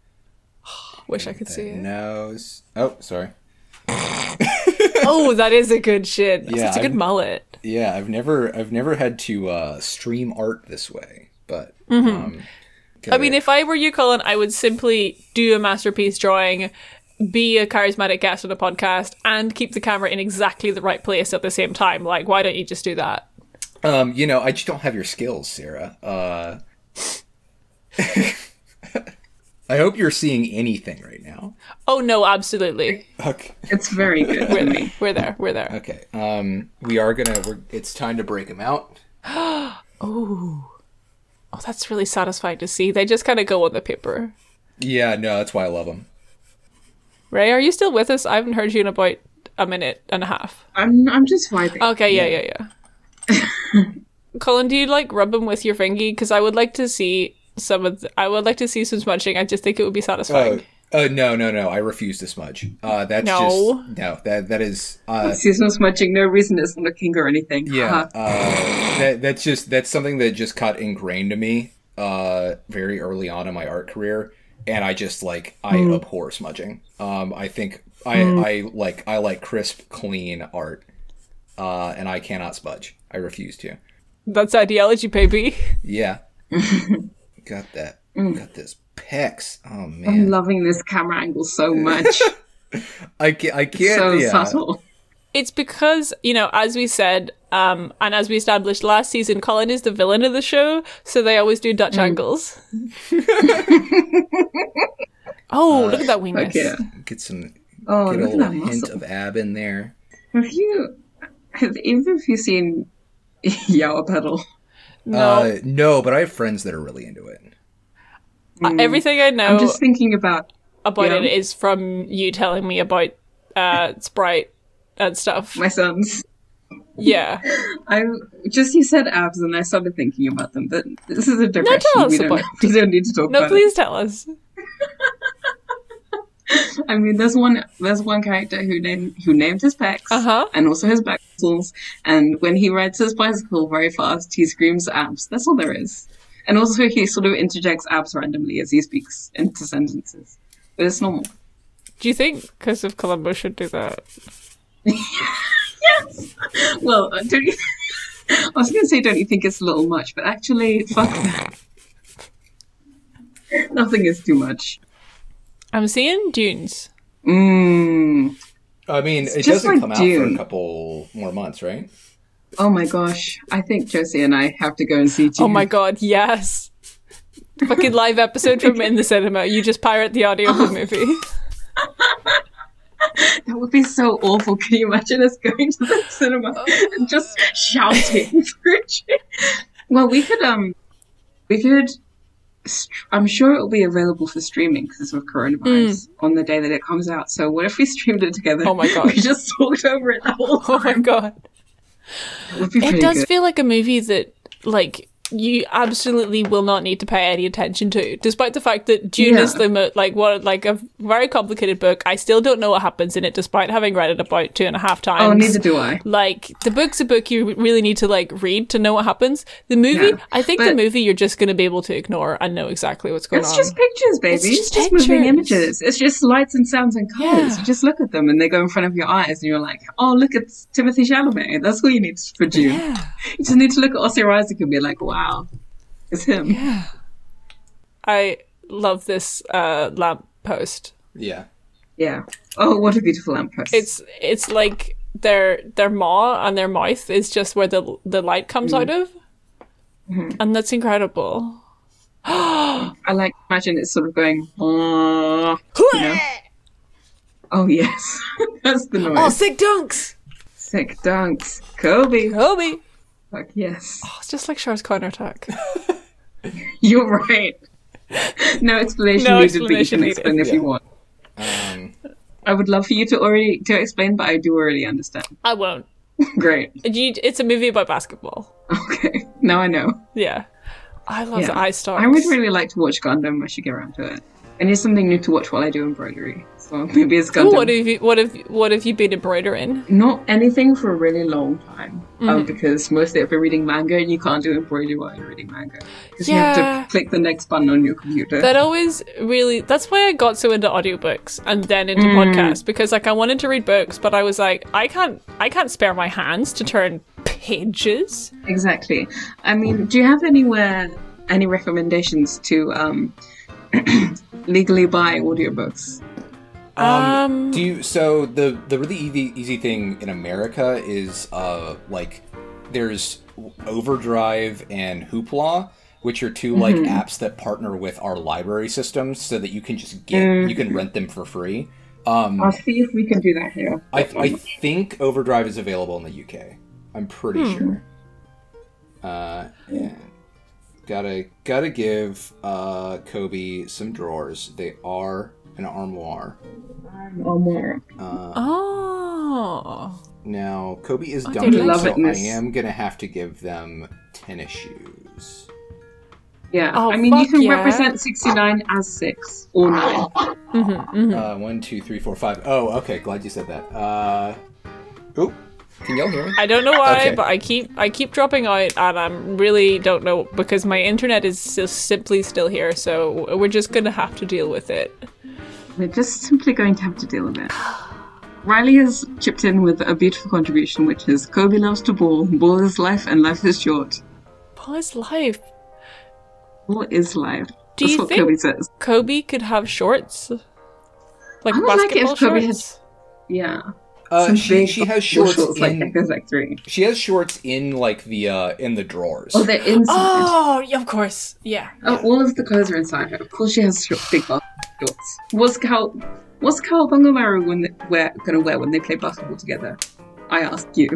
[SPEAKER 1] wish i could
[SPEAKER 3] Uh,
[SPEAKER 1] see it
[SPEAKER 3] Nose. Oh, sorry.
[SPEAKER 1] oh that is a good shit That's
[SPEAKER 3] Yeah,
[SPEAKER 1] it's a good
[SPEAKER 3] I'm-
[SPEAKER 1] mullet
[SPEAKER 3] Yeah, I've never I've never had to uh, stream art this way, but um,
[SPEAKER 1] Mm-hmm. I mean, if I were you, Colin, I would simply do a masterpiece drawing, be a charismatic guest on a podcast, and keep the camera in exactly the right place at the same time. Like, why don't you just do that?
[SPEAKER 3] Um, you know, I just don't have your skills, Sarah. Uh, I hope you're seeing anything right now.
[SPEAKER 1] Oh no, absolutely.
[SPEAKER 3] Okay.
[SPEAKER 2] It's very good to
[SPEAKER 1] We're
[SPEAKER 2] me.
[SPEAKER 1] there. We're there. We're there.
[SPEAKER 3] Okay. Um, we are gonna. We're, it's time to break them out.
[SPEAKER 1] Oh, that's really satisfying to see. They just kind of go on the paper.
[SPEAKER 3] Yeah. No, that's why I love them.
[SPEAKER 1] Ray, are you still with us? I haven't heard you in about a minute and a half.
[SPEAKER 2] I'm I'm just vibing.
[SPEAKER 3] Uh,
[SPEAKER 1] Okay, yeah, yeah, yeah. Colin, do you like rub them with your fingy? Because I would like to see some of. The, I would like to see some smudging. I just think it would be satisfying.
[SPEAKER 3] Oh, uh, no, no, no. I refuse to smudge. Uh, that's
[SPEAKER 1] No.
[SPEAKER 3] just no. That that is. Uh,
[SPEAKER 2] Seasonal smudging, no reason it's looking or anything.
[SPEAKER 3] yeah.
[SPEAKER 2] Haha.
[SPEAKER 3] Uh, that that's just that's something that just got ingrained to me. Uh, very early on in my art career, and I just like I
[SPEAKER 2] Hmm.
[SPEAKER 3] abhor smudging. Um, I think I I like I like crisp, clean art. Uh, and I cannot smudge. I refuse to.
[SPEAKER 1] That's ideology, baby.
[SPEAKER 3] Yeah. got that. Got this pecs. Oh
[SPEAKER 2] Hmm. I'm
[SPEAKER 3] man.
[SPEAKER 2] loving this camera angle so much.
[SPEAKER 3] I can't. I can't.
[SPEAKER 2] so
[SPEAKER 3] yeah.
[SPEAKER 2] subtle.
[SPEAKER 1] It's because, you know, as we said, um, and as we established last season, Colin is the villain of the show, so they always do
[SPEAKER 2] Hmm.
[SPEAKER 1] Dutch angles. oh,
[SPEAKER 2] Uh,
[SPEAKER 1] look at that weenus.
[SPEAKER 2] Like, yeah.
[SPEAKER 3] Get some.
[SPEAKER 2] Oh,
[SPEAKER 3] get
[SPEAKER 2] look at
[SPEAKER 3] a little
[SPEAKER 2] that
[SPEAKER 3] hint
[SPEAKER 2] muscle.
[SPEAKER 3] of ab in there.
[SPEAKER 2] Have you, have either of you seen Yawa Pedal?
[SPEAKER 1] No,
[SPEAKER 3] Uh, no, but I have friends that are really into it.
[SPEAKER 1] uh, everything I
[SPEAKER 3] Oh.
[SPEAKER 1] know
[SPEAKER 2] mm. I'm just thinking about,
[SPEAKER 1] about
[SPEAKER 2] yeah.
[SPEAKER 1] it is from you telling me about uh, Sprite and stuff.
[SPEAKER 2] my sons.
[SPEAKER 1] yeah.
[SPEAKER 2] I just you said abs, and I started thinking about them. But this is a digression.
[SPEAKER 1] tell us
[SPEAKER 2] we, don't,
[SPEAKER 1] about-
[SPEAKER 2] we don't need to talk
[SPEAKER 1] No,
[SPEAKER 2] about.
[SPEAKER 1] please tell us.
[SPEAKER 2] It. I mean, there's one there's one character who named who named his pecs
[SPEAKER 1] Uh-huh.
[SPEAKER 2] and also his back muscles. And when he rides his bicycle very fast, he screams abs. That's all there is. And also, he sort of interjects abs randomly as he speaks into sentences. But it's normal.
[SPEAKER 1] Do you think because of Columbo should do that?
[SPEAKER 2] Well, uh, don't you? I was going to say, don't you think it's a little much? But actually, fuck that. Nothing is too much.
[SPEAKER 1] I'm seeing dunes.
[SPEAKER 2] Mmm.
[SPEAKER 3] I mean, it
[SPEAKER 2] just
[SPEAKER 3] doesn't
[SPEAKER 2] like
[SPEAKER 3] come out for a
[SPEAKER 2] Dune.
[SPEAKER 3] couple more months, right?
[SPEAKER 2] Oh my gosh. I think Josie and I have to go and see Dune.
[SPEAKER 1] Oh my god, yes. Fucking live episode from in the cinema. You just pirate the audio of the movie.
[SPEAKER 2] That would be so awful. Can you imagine us going to the cinema
[SPEAKER 1] Oh.
[SPEAKER 2] and just shouting for a change? Well, we could, um, we could. Str- I'm sure it will be available for streaming because of coronavirus on the day that it comes out. So what if we streamed it together?
[SPEAKER 1] Mm. Oh my God.
[SPEAKER 2] We just talked over it the whole
[SPEAKER 1] Oh my
[SPEAKER 2] time.
[SPEAKER 1] god.
[SPEAKER 2] It would be
[SPEAKER 1] It
[SPEAKER 2] pretty
[SPEAKER 1] does
[SPEAKER 2] good.
[SPEAKER 1] feel like a movie that like you absolutely will not need to pay any attention to, despite the fact that Dune is
[SPEAKER 2] Yeah.
[SPEAKER 1] the mo- like what like a very complicated book. I still don't know what happens in it, despite having read it about two and a half times.
[SPEAKER 2] oh, neither do I.
[SPEAKER 1] like the book's a book you really need to like read to know what happens. The movie,
[SPEAKER 2] Yeah,
[SPEAKER 1] I think the
[SPEAKER 2] but-
[SPEAKER 1] movie you're just going to be able to ignore and know exactly what's going
[SPEAKER 2] It's
[SPEAKER 1] on.
[SPEAKER 2] just pictures, baby. It's just,
[SPEAKER 1] just
[SPEAKER 2] moving
[SPEAKER 1] pictures.
[SPEAKER 2] images. It's just lights and sounds and colors.
[SPEAKER 1] Yeah.
[SPEAKER 2] You just look at them and they go in front of your eyes, and you're like, "Oh, look at Timothy Chalamet." That's all you need for June. You just need to look at Oscar Isaac and be like, "Wow, it's him."
[SPEAKER 1] I love this uh, lamp post.
[SPEAKER 3] Yeah.
[SPEAKER 2] Yeah. Oh, what a beautiful lamppost.
[SPEAKER 1] It's it's like their their maw and their mouth is just where the the light comes
[SPEAKER 2] Mm-hmm.
[SPEAKER 1] out of, and that's incredible.
[SPEAKER 2] I like imagine it's sort of going. "Aw," you know? Oh yes, that's the noise.
[SPEAKER 1] sick dunks,
[SPEAKER 2] Sick dunks, Kobe.
[SPEAKER 1] Kobe.
[SPEAKER 2] Fuck yes.
[SPEAKER 1] Oh, it's just like Char's counter attack.
[SPEAKER 2] You're right. No explanation
[SPEAKER 1] No
[SPEAKER 2] needed, but you
[SPEAKER 1] explanation
[SPEAKER 2] can explain
[SPEAKER 1] needed.
[SPEAKER 2] if you want.
[SPEAKER 3] Um,
[SPEAKER 2] I would love for you to already to explain, but I do already understand.
[SPEAKER 1] I won't.
[SPEAKER 2] Great.
[SPEAKER 1] You, it's a movie about basketball.
[SPEAKER 2] Okay. Now I know.
[SPEAKER 1] Yeah. I love
[SPEAKER 2] Yeah.
[SPEAKER 1] the eye stars.
[SPEAKER 2] I would really like to watch Gundam. I should get around to it. And it's something new to watch while I do embroidery. So maybe it's
[SPEAKER 1] Ooh,
[SPEAKER 2] Gundam.
[SPEAKER 1] what have you what have what have you Mm-hmm. been embroidering?
[SPEAKER 2] Not anything for a really long time. Um, because mostly I've been reading manga and you can't do embroidery while you're reading manga. Because you
[SPEAKER 1] Yeah.
[SPEAKER 2] have to click the next button on your computer.
[SPEAKER 1] That always really that's why I got so into audiobooks and then into
[SPEAKER 2] Mm.
[SPEAKER 1] podcasts because like I wanted to read books but I was like I can't I can't spare my hands to turn pages.
[SPEAKER 2] Exactly. I mean, do you have anywhere any recommendations to um, legally buy audiobooks?
[SPEAKER 1] Um,
[SPEAKER 3] do you? So the the really easy, easy thing in America is uh like there's Overdrive and Hoopla, which are 2 like
[SPEAKER 2] Mm-hmm.
[SPEAKER 3] apps that partner with our library systems, so that you can just get
[SPEAKER 2] Mm.
[SPEAKER 3] you can rent them for free. Um,
[SPEAKER 2] I'll see if we can do that here.
[SPEAKER 3] I, I think Overdrive is available in the UK. I'm pretty
[SPEAKER 2] Hmm.
[SPEAKER 3] sure. Uh, yeah. Gotta gotta give uh, Kobe some drawers. They are an armoire.
[SPEAKER 2] Or more.
[SPEAKER 3] Uh,
[SPEAKER 1] Oh.
[SPEAKER 3] now Kobe is
[SPEAKER 1] I
[SPEAKER 3] dunking,
[SPEAKER 1] love
[SPEAKER 3] so
[SPEAKER 2] it, miss.
[SPEAKER 3] I am gonna have to give them tennis shoes.
[SPEAKER 2] Yeah.
[SPEAKER 1] Oh,
[SPEAKER 2] I mean, you
[SPEAKER 1] fuck
[SPEAKER 2] can
[SPEAKER 1] yeah.
[SPEAKER 2] represent 69 as 6 or 9. Hmm.
[SPEAKER 3] Uh, one, two, three, four, five. Oh, okay. Glad you said that. Uh, oop. Can y'all hear me?
[SPEAKER 1] I don't know why,
[SPEAKER 3] Okay.
[SPEAKER 1] but I keep I keep dropping out, and I'm really don't know because my internet is still, simply still here. So we're just gonna have to deal with it.
[SPEAKER 2] We're just simply going to have to deal with it. Riley has chipped in with a beautiful contribution, which is Kobe loves to ball, ball is life, and life is short.
[SPEAKER 1] Pause life.
[SPEAKER 2] Ball is life.
[SPEAKER 1] Do
[SPEAKER 2] That's
[SPEAKER 1] you
[SPEAKER 2] what
[SPEAKER 1] think-
[SPEAKER 2] Kobe says.
[SPEAKER 1] Kobe could have shorts, like
[SPEAKER 2] I would like it
[SPEAKER 1] basketball
[SPEAKER 2] if Kobe had-
[SPEAKER 1] shorts.
[SPEAKER 2] Yeah.
[SPEAKER 3] Uh,
[SPEAKER 2] Some
[SPEAKER 3] she,
[SPEAKER 2] big
[SPEAKER 3] she has
[SPEAKER 2] ball
[SPEAKER 3] shorts
[SPEAKER 2] like
[SPEAKER 3] in.
[SPEAKER 2] Echo Zack 3.
[SPEAKER 3] She has shorts in like the uh in the drawers.
[SPEAKER 2] Oh, they're inside.
[SPEAKER 1] Oh, yeah, of course. Yeah.
[SPEAKER 2] Oh, all of the clothes are inside her. Of course, she has short, big basketball shorts. What's Cal? What's Cal Bungamaru when they, wear, gonna wear when they play basketball together? I ask you.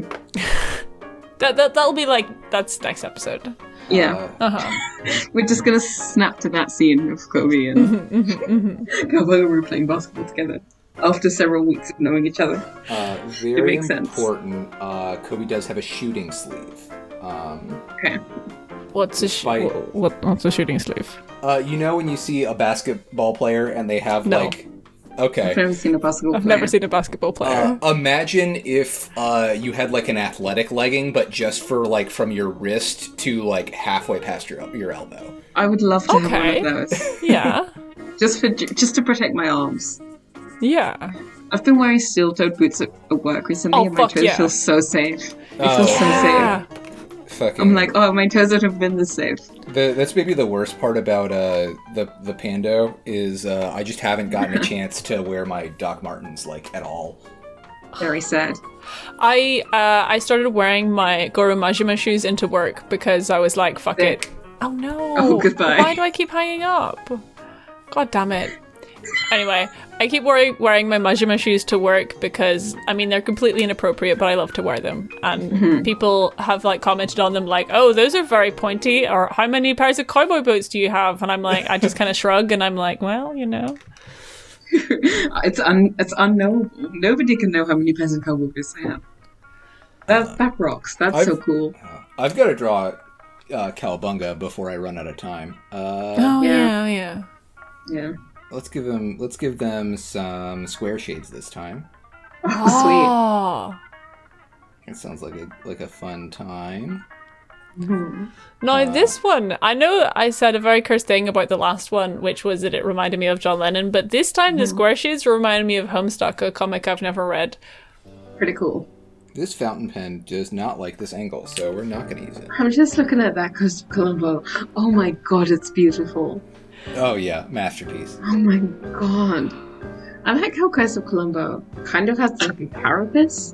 [SPEAKER 1] That, that that'll be like that's next episode.
[SPEAKER 2] Yeah,
[SPEAKER 3] Uh,
[SPEAKER 1] Uh huh.
[SPEAKER 2] we're just gonna snap to that scene of Kobe and
[SPEAKER 1] Mm-hmm,
[SPEAKER 2] Cal Bungamaru playing basketball together after several weeks of knowing each other.
[SPEAKER 3] uh, very
[SPEAKER 2] makes sense.
[SPEAKER 3] important. Uh, Kobe does have a shooting sleeve. Um,
[SPEAKER 2] Okay.
[SPEAKER 1] What's a sh-
[SPEAKER 3] Fight.
[SPEAKER 1] wh- what, what's a shooting sleeve?
[SPEAKER 3] uh, you know when you see a basketball player and they have
[SPEAKER 1] No.
[SPEAKER 3] like,
[SPEAKER 2] I've
[SPEAKER 3] okay.
[SPEAKER 2] never seen a basketball.
[SPEAKER 1] I've
[SPEAKER 2] player.
[SPEAKER 1] never seen a basketball
[SPEAKER 3] Uh,
[SPEAKER 1] player.
[SPEAKER 3] imagine if uh, you had like an athletic legging, but just for like from your wrist to like halfway past your your elbow.
[SPEAKER 2] I would love to
[SPEAKER 1] Okay.
[SPEAKER 2] have one of those,
[SPEAKER 1] yeah.
[SPEAKER 2] just for just to protect my arms.
[SPEAKER 1] Yeah.
[SPEAKER 2] I've been wearing steel-toed boots at, at work recently,
[SPEAKER 1] Oh,
[SPEAKER 2] and my
[SPEAKER 1] fuck
[SPEAKER 2] toes
[SPEAKER 1] yeah.
[SPEAKER 2] feel so safe. They
[SPEAKER 3] Oh.
[SPEAKER 2] feel so safe.
[SPEAKER 1] Yeah.
[SPEAKER 3] Fucking.
[SPEAKER 2] I'm like, oh, my toes would have been this safe.
[SPEAKER 3] The, that's maybe the worst part about uh, the the Pando is uh, I just haven't gotten a chance to wear my Doc Martens like at all.
[SPEAKER 2] Very sad.
[SPEAKER 1] I uh, I started wearing my Goro Majima shoes into work because I was like, fuck it. Oh no.
[SPEAKER 2] Oh, goodbye.
[SPEAKER 1] Why do I keep hanging up? God damn it. Anyway, I keep wearing wearing my Majima shoes to work because I mean they're completely inappropriate, but I love to wear them. And
[SPEAKER 2] Mm-hmm.
[SPEAKER 1] people have like commented on them like, "Oh, those are very pointy," or "How many pairs of cowboy boots do you have?" And I'm like, I just kind of shrug and I'm like, "Well, you know,
[SPEAKER 2] It's un it's unknowable. Nobody can know how many pairs of cowboy boots I have. That that rocks. That's
[SPEAKER 3] I've-
[SPEAKER 2] so cool.
[SPEAKER 3] I've got to draw uh, Calabunga before I run out of time. Uh,
[SPEAKER 1] oh yeah,
[SPEAKER 2] yeah,
[SPEAKER 1] yeah."
[SPEAKER 2] Yeah.
[SPEAKER 3] Let's give them. Let's give them some square shades this time.
[SPEAKER 2] Oh,
[SPEAKER 1] Ah.
[SPEAKER 3] It sounds like a like a fun time.
[SPEAKER 1] Now, this one, I know I said a very cursed thing about the last one, which was that it reminded me of John Lennon, but this time
[SPEAKER 2] Mm-hmm.
[SPEAKER 1] the square shades reminded me of Homestuck, a comic I've never read.
[SPEAKER 2] sweet. Pretty cool.
[SPEAKER 3] This fountain pen does not like this angle, so we're not going to use it.
[SPEAKER 2] I'm just looking at that Coast of Colombo. Oh my god, it's beautiful.
[SPEAKER 3] Oh yeah, masterpiece.
[SPEAKER 2] Oh my god. I like how Coast of Colombo kind of has something parapets.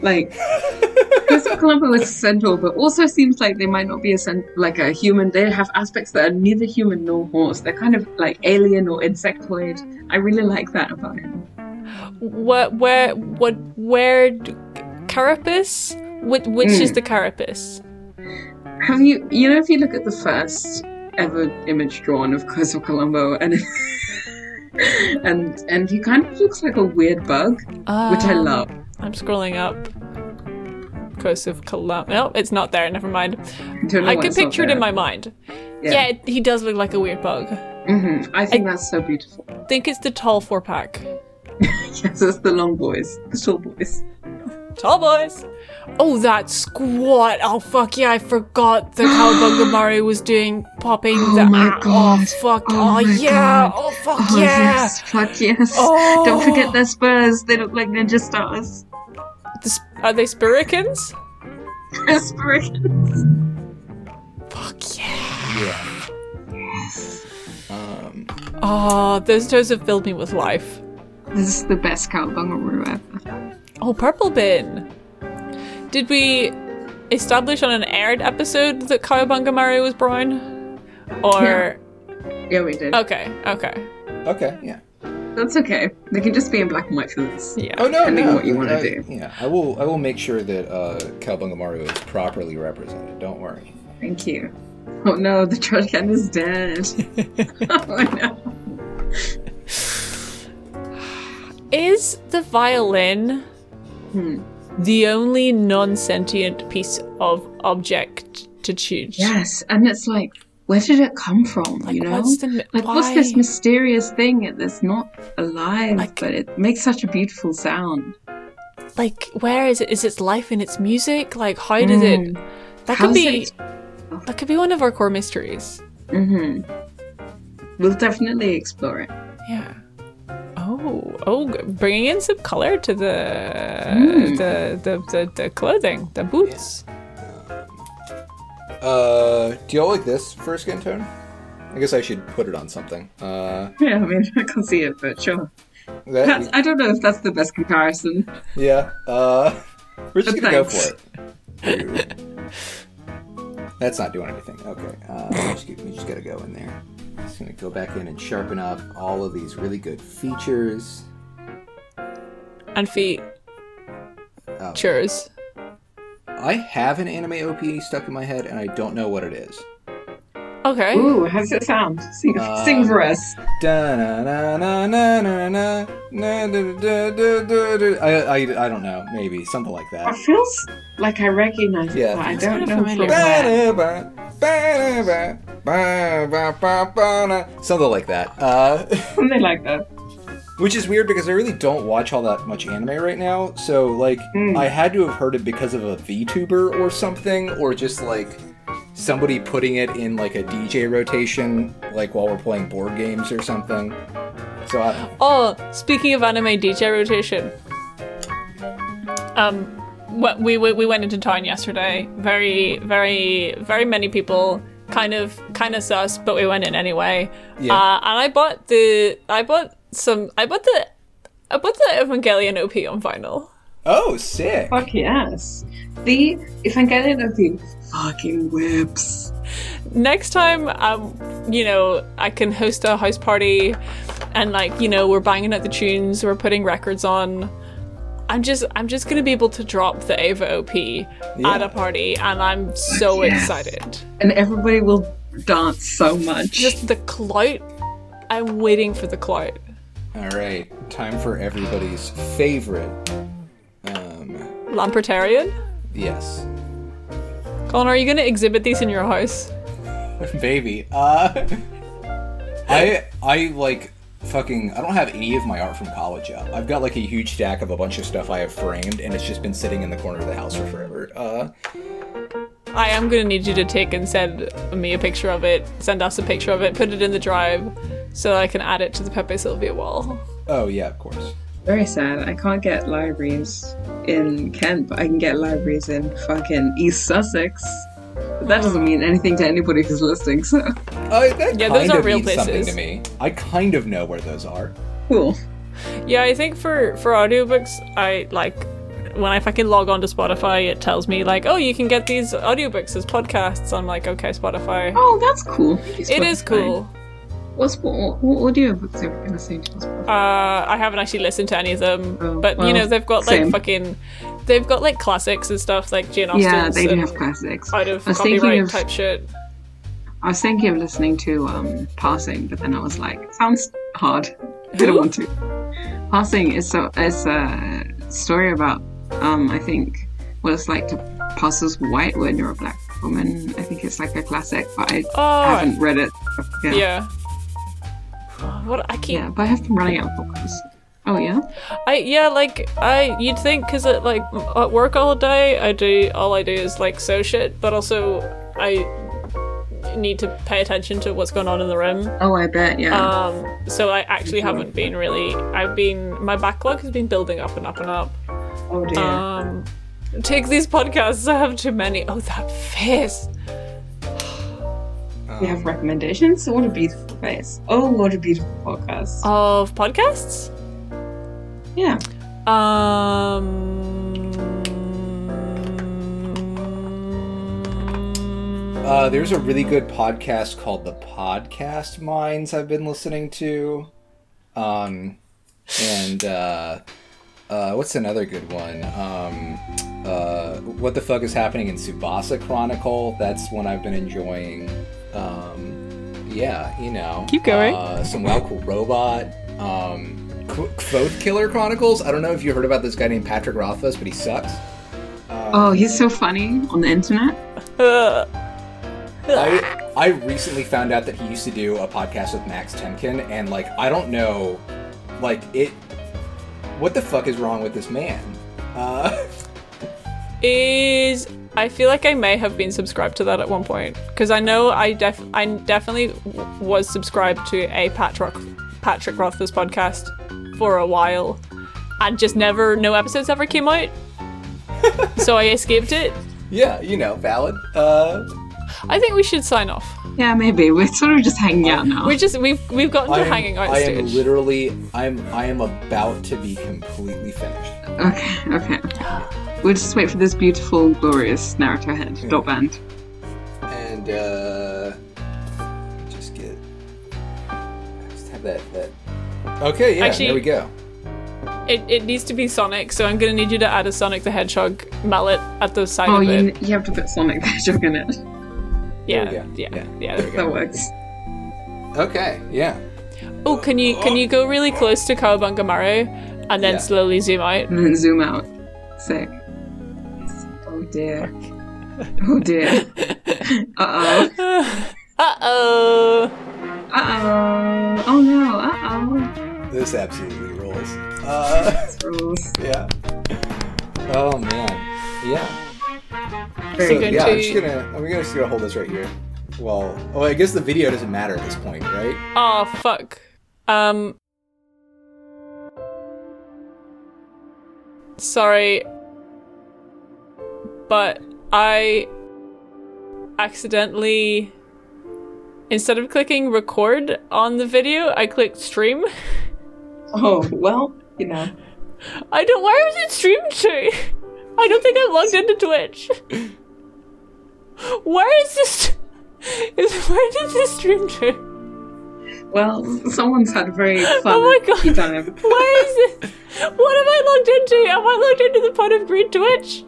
[SPEAKER 2] Like Coast of Colombo is central, but also seems like they might not be a cent- like a human. They have aspects that are neither human nor horse. They're kind of like alien or insectoid. I really like that about him.
[SPEAKER 1] Where,
[SPEAKER 2] Mm.
[SPEAKER 1] where, what, where, d- Carapace? Which, which is the Carapace?
[SPEAKER 2] Have you, you know, if you look at the first ever image drawn of Chris of Colombo, and and and he kind of looks like a weird bug, which I
[SPEAKER 1] Um,
[SPEAKER 2] love.
[SPEAKER 1] I'm scrolling up. Curse of Colum. No, it's not there. Never mind.
[SPEAKER 2] don't know
[SPEAKER 1] I
[SPEAKER 2] why
[SPEAKER 1] can
[SPEAKER 2] it's not
[SPEAKER 1] picture it in my
[SPEAKER 2] there.
[SPEAKER 1] mind.
[SPEAKER 2] Yeah.
[SPEAKER 1] Yeah. he does look like a weird bug.
[SPEAKER 2] Mhm. I think that's so beautiful.
[SPEAKER 1] I think it's the tall four pack.
[SPEAKER 2] Yes, it's the long boys, the tall boys.
[SPEAKER 1] Tall boys. Oh, that squat. Oh, fuck yeah. I forgot that Cowabunga Mario was doing popping
[SPEAKER 2] Oh
[SPEAKER 1] the.
[SPEAKER 2] my
[SPEAKER 1] ah, Oh,
[SPEAKER 2] God.
[SPEAKER 1] fuck.
[SPEAKER 2] Oh
[SPEAKER 1] Oh,
[SPEAKER 2] my
[SPEAKER 1] yeah.
[SPEAKER 2] God.
[SPEAKER 1] Oh, fuck
[SPEAKER 2] Oh,
[SPEAKER 1] yeah.
[SPEAKER 2] yes, fuck yes.
[SPEAKER 1] Oh.
[SPEAKER 2] Don't forget their spurs. They look like ninja stars.
[SPEAKER 1] The sp- are they Spurricans?
[SPEAKER 2] Aspirations.
[SPEAKER 1] Fuck yeah.
[SPEAKER 3] Yeah. Um,
[SPEAKER 1] Oh, those toes have filled me with life.
[SPEAKER 2] This is the best cowabunga ever.
[SPEAKER 1] Oh, Purple Bin. Did we establish on an aired episode that Kawabunga Mario was brown? Or.
[SPEAKER 2] Yeah, we did.
[SPEAKER 1] Okay, okay.
[SPEAKER 3] okay, yeah.
[SPEAKER 2] That's okay. They can just be in black and white for this.
[SPEAKER 1] Yeah.
[SPEAKER 3] Oh no,
[SPEAKER 2] Depending
[SPEAKER 3] no.
[SPEAKER 2] on what you wanna
[SPEAKER 3] I-
[SPEAKER 2] do.
[SPEAKER 3] Yeah, I will. I will make sure that uh, Cowabunga Mario is properly represented. Don't worry.
[SPEAKER 2] Thank you. Oh no, the trash can is dead. oh no.
[SPEAKER 1] Is the violin
[SPEAKER 2] Hmm.
[SPEAKER 1] the only non sentient piece of objectitude?
[SPEAKER 2] Yes, and it's like, where did it come from?
[SPEAKER 1] Like,
[SPEAKER 2] you know,
[SPEAKER 1] what's the.
[SPEAKER 2] like
[SPEAKER 1] why?
[SPEAKER 2] what's this mysterious thing that's not alive,
[SPEAKER 1] Like-
[SPEAKER 2] but it makes such a beautiful sound?
[SPEAKER 1] like, where is it? Is its life in its music? Like, how does it. That could
[SPEAKER 2] How's
[SPEAKER 1] be.
[SPEAKER 2] Hmm. it-
[SPEAKER 1] That could be one of our core mysteries.
[SPEAKER 2] hmm We'll definitely explore it.
[SPEAKER 1] Yeah. Oh, oh, g- bringing in some color to the
[SPEAKER 2] Mm.
[SPEAKER 1] the, the, the the clothing, the boots.
[SPEAKER 3] Uh, do y'all like this for a skin tone? I guess I should put it on something. Uh,
[SPEAKER 2] Yeah, I mean, I can see it, but sure. That's,
[SPEAKER 3] that,
[SPEAKER 2] I don't know if that's the best comparison.
[SPEAKER 3] yeah. Uh, we're just
[SPEAKER 2] But
[SPEAKER 3] gonna
[SPEAKER 2] thanks.
[SPEAKER 3] go for it. Ooh. That's not doing anything. Okay. Uh, we just, we just gotta go in there. Just gonna go back in and sharpen up all of these really good features.
[SPEAKER 1] and feet.
[SPEAKER 3] Oh.
[SPEAKER 1] Cheers.
[SPEAKER 3] I have an anime OP stuck in my head, and I don't know what it is.
[SPEAKER 1] Okay.
[SPEAKER 2] Ooh, how's it sound? Sing,
[SPEAKER 3] Uh,
[SPEAKER 2] sing for us.
[SPEAKER 3] I, I, I don't know. Maybe something like
[SPEAKER 2] I
[SPEAKER 3] that.
[SPEAKER 2] feel s- like I recognize
[SPEAKER 3] Yeah,
[SPEAKER 2] it, but I
[SPEAKER 3] it's
[SPEAKER 2] don't
[SPEAKER 1] kinda
[SPEAKER 2] know from
[SPEAKER 1] familiar.
[SPEAKER 2] where.
[SPEAKER 3] Something like that. Uh,
[SPEAKER 2] Something like that.
[SPEAKER 3] which is weird because I really don't watch all that much anime right now. So like,
[SPEAKER 2] Mm.
[SPEAKER 3] I had to have heard it because of a VTuber or something, or just like somebody putting it in like a DJ rotation, like while we're playing board games or something. So I,
[SPEAKER 1] Oh, speaking of anime DJ rotation, um, wh- we, we we went into town yesterday. Very very very many people. Kind of kind of sus, but we went in anyway.
[SPEAKER 3] Yeah.
[SPEAKER 1] Uh, and I bought the I bought some I bought the I bought the Evangelion OP on vinyl.
[SPEAKER 3] oh, sick.
[SPEAKER 2] Fuck yes. The Evangelion of the fucking whips.
[SPEAKER 1] next time um you know i can host a house party and like you know we're banging out the tunes we're putting records on i'm just i'm just gonna be able to drop the ava op at a party and i'm so
[SPEAKER 2] Yes.
[SPEAKER 1] excited
[SPEAKER 2] And everybody will dance so much.
[SPEAKER 1] just the clout i'm waiting for the clout
[SPEAKER 3] All right, time for everybody's favorite. Um,
[SPEAKER 1] lampertarian
[SPEAKER 3] yes,
[SPEAKER 1] colin are you gonna exhibit these in your house
[SPEAKER 3] baby. Uh, I I like fucking. I don't have any of my art from college up. I've got like a huge stack of a bunch of stuff I have framed, and it's just been sitting in the corner of the house for forever. Uh,
[SPEAKER 1] i am gonna need you to take and send me a picture of it send us a picture of it put it in the drive so that i can add it to the pepe sylvia wall
[SPEAKER 3] oh yeah, of course.
[SPEAKER 2] Very sad. I can't get libraries in Kent, but I can get libraries in fucking East Sussex. But that doesn't mean anything to anybody who's listening, so
[SPEAKER 3] Uh, that
[SPEAKER 1] Yeah,
[SPEAKER 3] kind
[SPEAKER 1] those are
[SPEAKER 3] of
[SPEAKER 1] real
[SPEAKER 3] means something
[SPEAKER 1] places.
[SPEAKER 3] to me. I kind of know where those are.
[SPEAKER 2] cool.
[SPEAKER 1] Yeah, I think for for audiobooks, I like when I fucking log on to Spotify, it tells me like, "Oh, you can get these audiobooks as podcasts." I'm like, "Okay, Spotify."
[SPEAKER 2] Oh, that's cool.
[SPEAKER 1] It is cool.
[SPEAKER 2] What's what, what audiobooks are we listening to?
[SPEAKER 1] Uh, I haven't actually listened to any of them,
[SPEAKER 2] Oh,
[SPEAKER 1] but
[SPEAKER 2] well,
[SPEAKER 1] you know they've got like
[SPEAKER 2] same.
[SPEAKER 1] fucking They've got like classics and stuff like Jane Austen's
[SPEAKER 2] yeah, they do
[SPEAKER 1] and
[SPEAKER 2] have classics.
[SPEAKER 1] out of
[SPEAKER 2] I was thinking
[SPEAKER 1] copyright
[SPEAKER 2] of-
[SPEAKER 1] type shit.
[SPEAKER 2] I was thinking of listening to um, Passing, but then I was like, sounds hard. I don't want to. Passing is so it's a story about um, I think what it's like to pass as white when you're a black woman. I think it's like a classic, but I
[SPEAKER 1] Oh,
[SPEAKER 2] haven't read it. Yeah. yeah,
[SPEAKER 1] yeah. What I keep
[SPEAKER 2] but I have been running out of books. Oh yeah,
[SPEAKER 1] I yeah, like I you'd think because it like m- at work all day I do all I do is like sew shit, but also I need to pay attention to what's going on in the room.
[SPEAKER 2] oh I bet yeah.
[SPEAKER 1] Um, so I actually
[SPEAKER 2] Sure.
[SPEAKER 1] haven't been really. I've been my backlog has been building up and up and up.
[SPEAKER 2] oh dear.
[SPEAKER 1] Um, take these podcasts. I have too many. Oh, that face.
[SPEAKER 3] Um,
[SPEAKER 2] we have recommendations. What a beautiful face. Oh, what a beautiful podcast.
[SPEAKER 1] Of podcasts.
[SPEAKER 2] yeah.
[SPEAKER 1] Um.
[SPEAKER 3] Uh, there's a really good podcast called The Podcast Minds I've been listening to. Um, and uh, uh, what's another good one? Um, uh, what the fuck is happening in Subasa Chronicle? That's one I've been enjoying. Um, yeah, you know.
[SPEAKER 1] Keep going.
[SPEAKER 3] Uh, some Wow Cool Robot. Um, Qu- Quoth Killer Chronicles. I don't know if you heard about this guy named Patrick Rothfuss, but he sucks.
[SPEAKER 2] Oh, he's so funny on the internet.
[SPEAKER 1] Uh,
[SPEAKER 3] I I recently found out that he used to do a podcast with Max Temkin, and like I don't know, like it. What the fuck is wrong with this man? Uh,
[SPEAKER 1] is I feel like I may have been subscribed to that at one point because I know I def I definitely w- was subscribed to a Patrick Patrick Rothfuss podcast for a while, and just never no episodes ever came out, so I escaped it.
[SPEAKER 3] yeah, you know, valid. Uh,
[SPEAKER 1] I think we should sign off.
[SPEAKER 2] Yeah, maybe we're sort of just hanging out now.
[SPEAKER 1] We're just we've we've gotten to
[SPEAKER 3] I am,
[SPEAKER 1] hanging out
[SPEAKER 3] I
[SPEAKER 1] stage.
[SPEAKER 3] am literally, I'm, I am about to be completely finished.
[SPEAKER 2] Okay, okay. We'll just wait for this beautiful, glorious Naruto head. Dot band.
[SPEAKER 3] and uh, just get just have that that. Okay, yeah,
[SPEAKER 1] Actually-
[SPEAKER 3] there we go.
[SPEAKER 1] it, it needs to be Sonic, so I'm gonna need you to add a Sonic the Hedgehog mallet at the side
[SPEAKER 2] Oh,
[SPEAKER 1] of it.
[SPEAKER 2] you, you have to put Sonic the Hedgehog in it.
[SPEAKER 1] yeah,
[SPEAKER 3] There we go.
[SPEAKER 1] yeah, yeah,
[SPEAKER 3] There we
[SPEAKER 2] That
[SPEAKER 3] go.
[SPEAKER 2] works.
[SPEAKER 3] Okay, yeah.
[SPEAKER 1] Oh, can you can you go really close to Kawabunga Maru and then
[SPEAKER 3] Yeah.
[SPEAKER 1] slowly zoom out?
[SPEAKER 2] And then zoom out. Sick. Oh dear. Oh dear. Uh oh.
[SPEAKER 1] Uh oh.
[SPEAKER 2] Uh oh. Oh no. Uh
[SPEAKER 3] This absolutely rules. Uh,
[SPEAKER 2] oh. Rules.
[SPEAKER 3] yeah. Oh man. Yeah.
[SPEAKER 2] Very
[SPEAKER 1] So
[SPEAKER 2] good.
[SPEAKER 1] good.
[SPEAKER 3] yeah,
[SPEAKER 1] to-
[SPEAKER 3] I'm just gonna. I'm just gonna hold this right here. Well, oh, I guess the video doesn't matter at this point, right?
[SPEAKER 1] Oh fuck. Um. Sorry, but I accidentally, instead of clicking record on the video, I clicked stream.
[SPEAKER 2] Oh well. You know.
[SPEAKER 1] I don't. Where was it streamed to? I don't think I'm logged into Twitch. Where is this? Is where did this stream to?
[SPEAKER 2] Well, someone's had a very fun
[SPEAKER 1] Oh my God.
[SPEAKER 2] time.
[SPEAKER 1] Where is this? What am I logged into? Am I logged into the pot of green Twitch?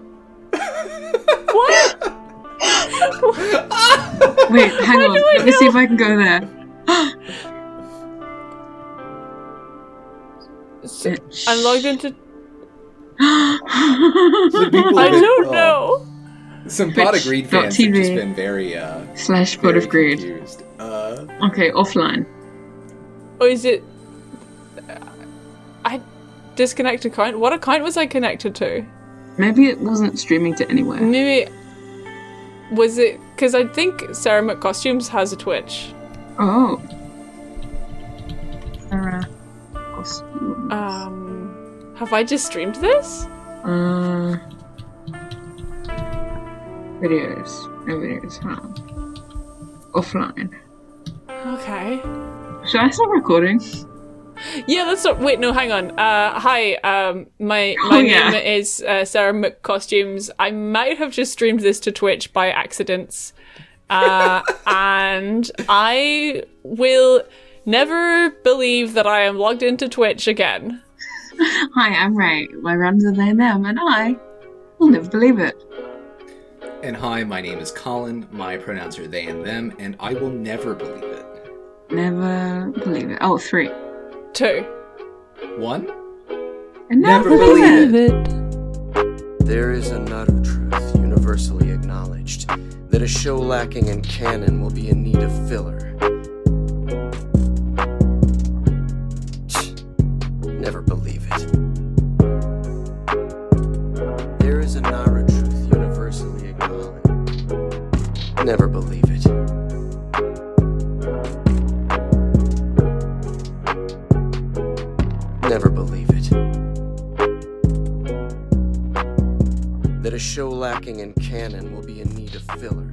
[SPEAKER 1] What?
[SPEAKER 2] Wait, hang on.
[SPEAKER 1] do I
[SPEAKER 2] Let me see
[SPEAKER 1] know?
[SPEAKER 2] if I can go there.
[SPEAKER 1] So, I'm logged into.
[SPEAKER 3] The people
[SPEAKER 1] I
[SPEAKER 3] that-
[SPEAKER 1] don't
[SPEAKER 3] oh,
[SPEAKER 1] know.
[SPEAKER 3] Some Pot of Greed fans have
[SPEAKER 2] Twitch.tv.
[SPEAKER 3] just been very, uh,
[SPEAKER 2] Slash pot
[SPEAKER 3] very
[SPEAKER 2] of greed.
[SPEAKER 3] confused. Uh,
[SPEAKER 2] Okay, offline.
[SPEAKER 1] Or Oh, is it? I disconnect account. What account was I connected to?
[SPEAKER 2] Maybe it wasn't streaming to anywhere.
[SPEAKER 1] Maybe was it? Because I think Sarah McCostumes has a Twitch.
[SPEAKER 2] Oh. Sarah. Costume.
[SPEAKER 1] Um, have I just streamed this?
[SPEAKER 2] Uh, videos. No videos found. Offline.
[SPEAKER 1] Okay.
[SPEAKER 2] Should I stop recording?
[SPEAKER 1] Yeah, that's not. Wait, no, hang on. Uh, hi. Um, my my
[SPEAKER 2] Oh, yeah.
[SPEAKER 1] name is uh, Sarah McCostumes. I might have just streamed this to Twitch by accident, uh, and I will never believe that I am logged into Twitch again.
[SPEAKER 2] Hi, I'm Ray. My rounds are they, them, and I I'll never believe it.
[SPEAKER 3] And hi, my name is Colin. My pronouns are they and them, and I will never believe it.
[SPEAKER 2] Never believe it. Oh, three.
[SPEAKER 1] Two.
[SPEAKER 3] One?
[SPEAKER 2] And never,
[SPEAKER 3] Never
[SPEAKER 2] believe,
[SPEAKER 3] believe
[SPEAKER 2] it.
[SPEAKER 5] There is a nut of truth universally acknowledged that a show lacking in canon will be in need of filler. Never believe it. There is a nara truth universally acknowledged. Never believe it. Never believe it. that a show lacking in canon will be in need of filler.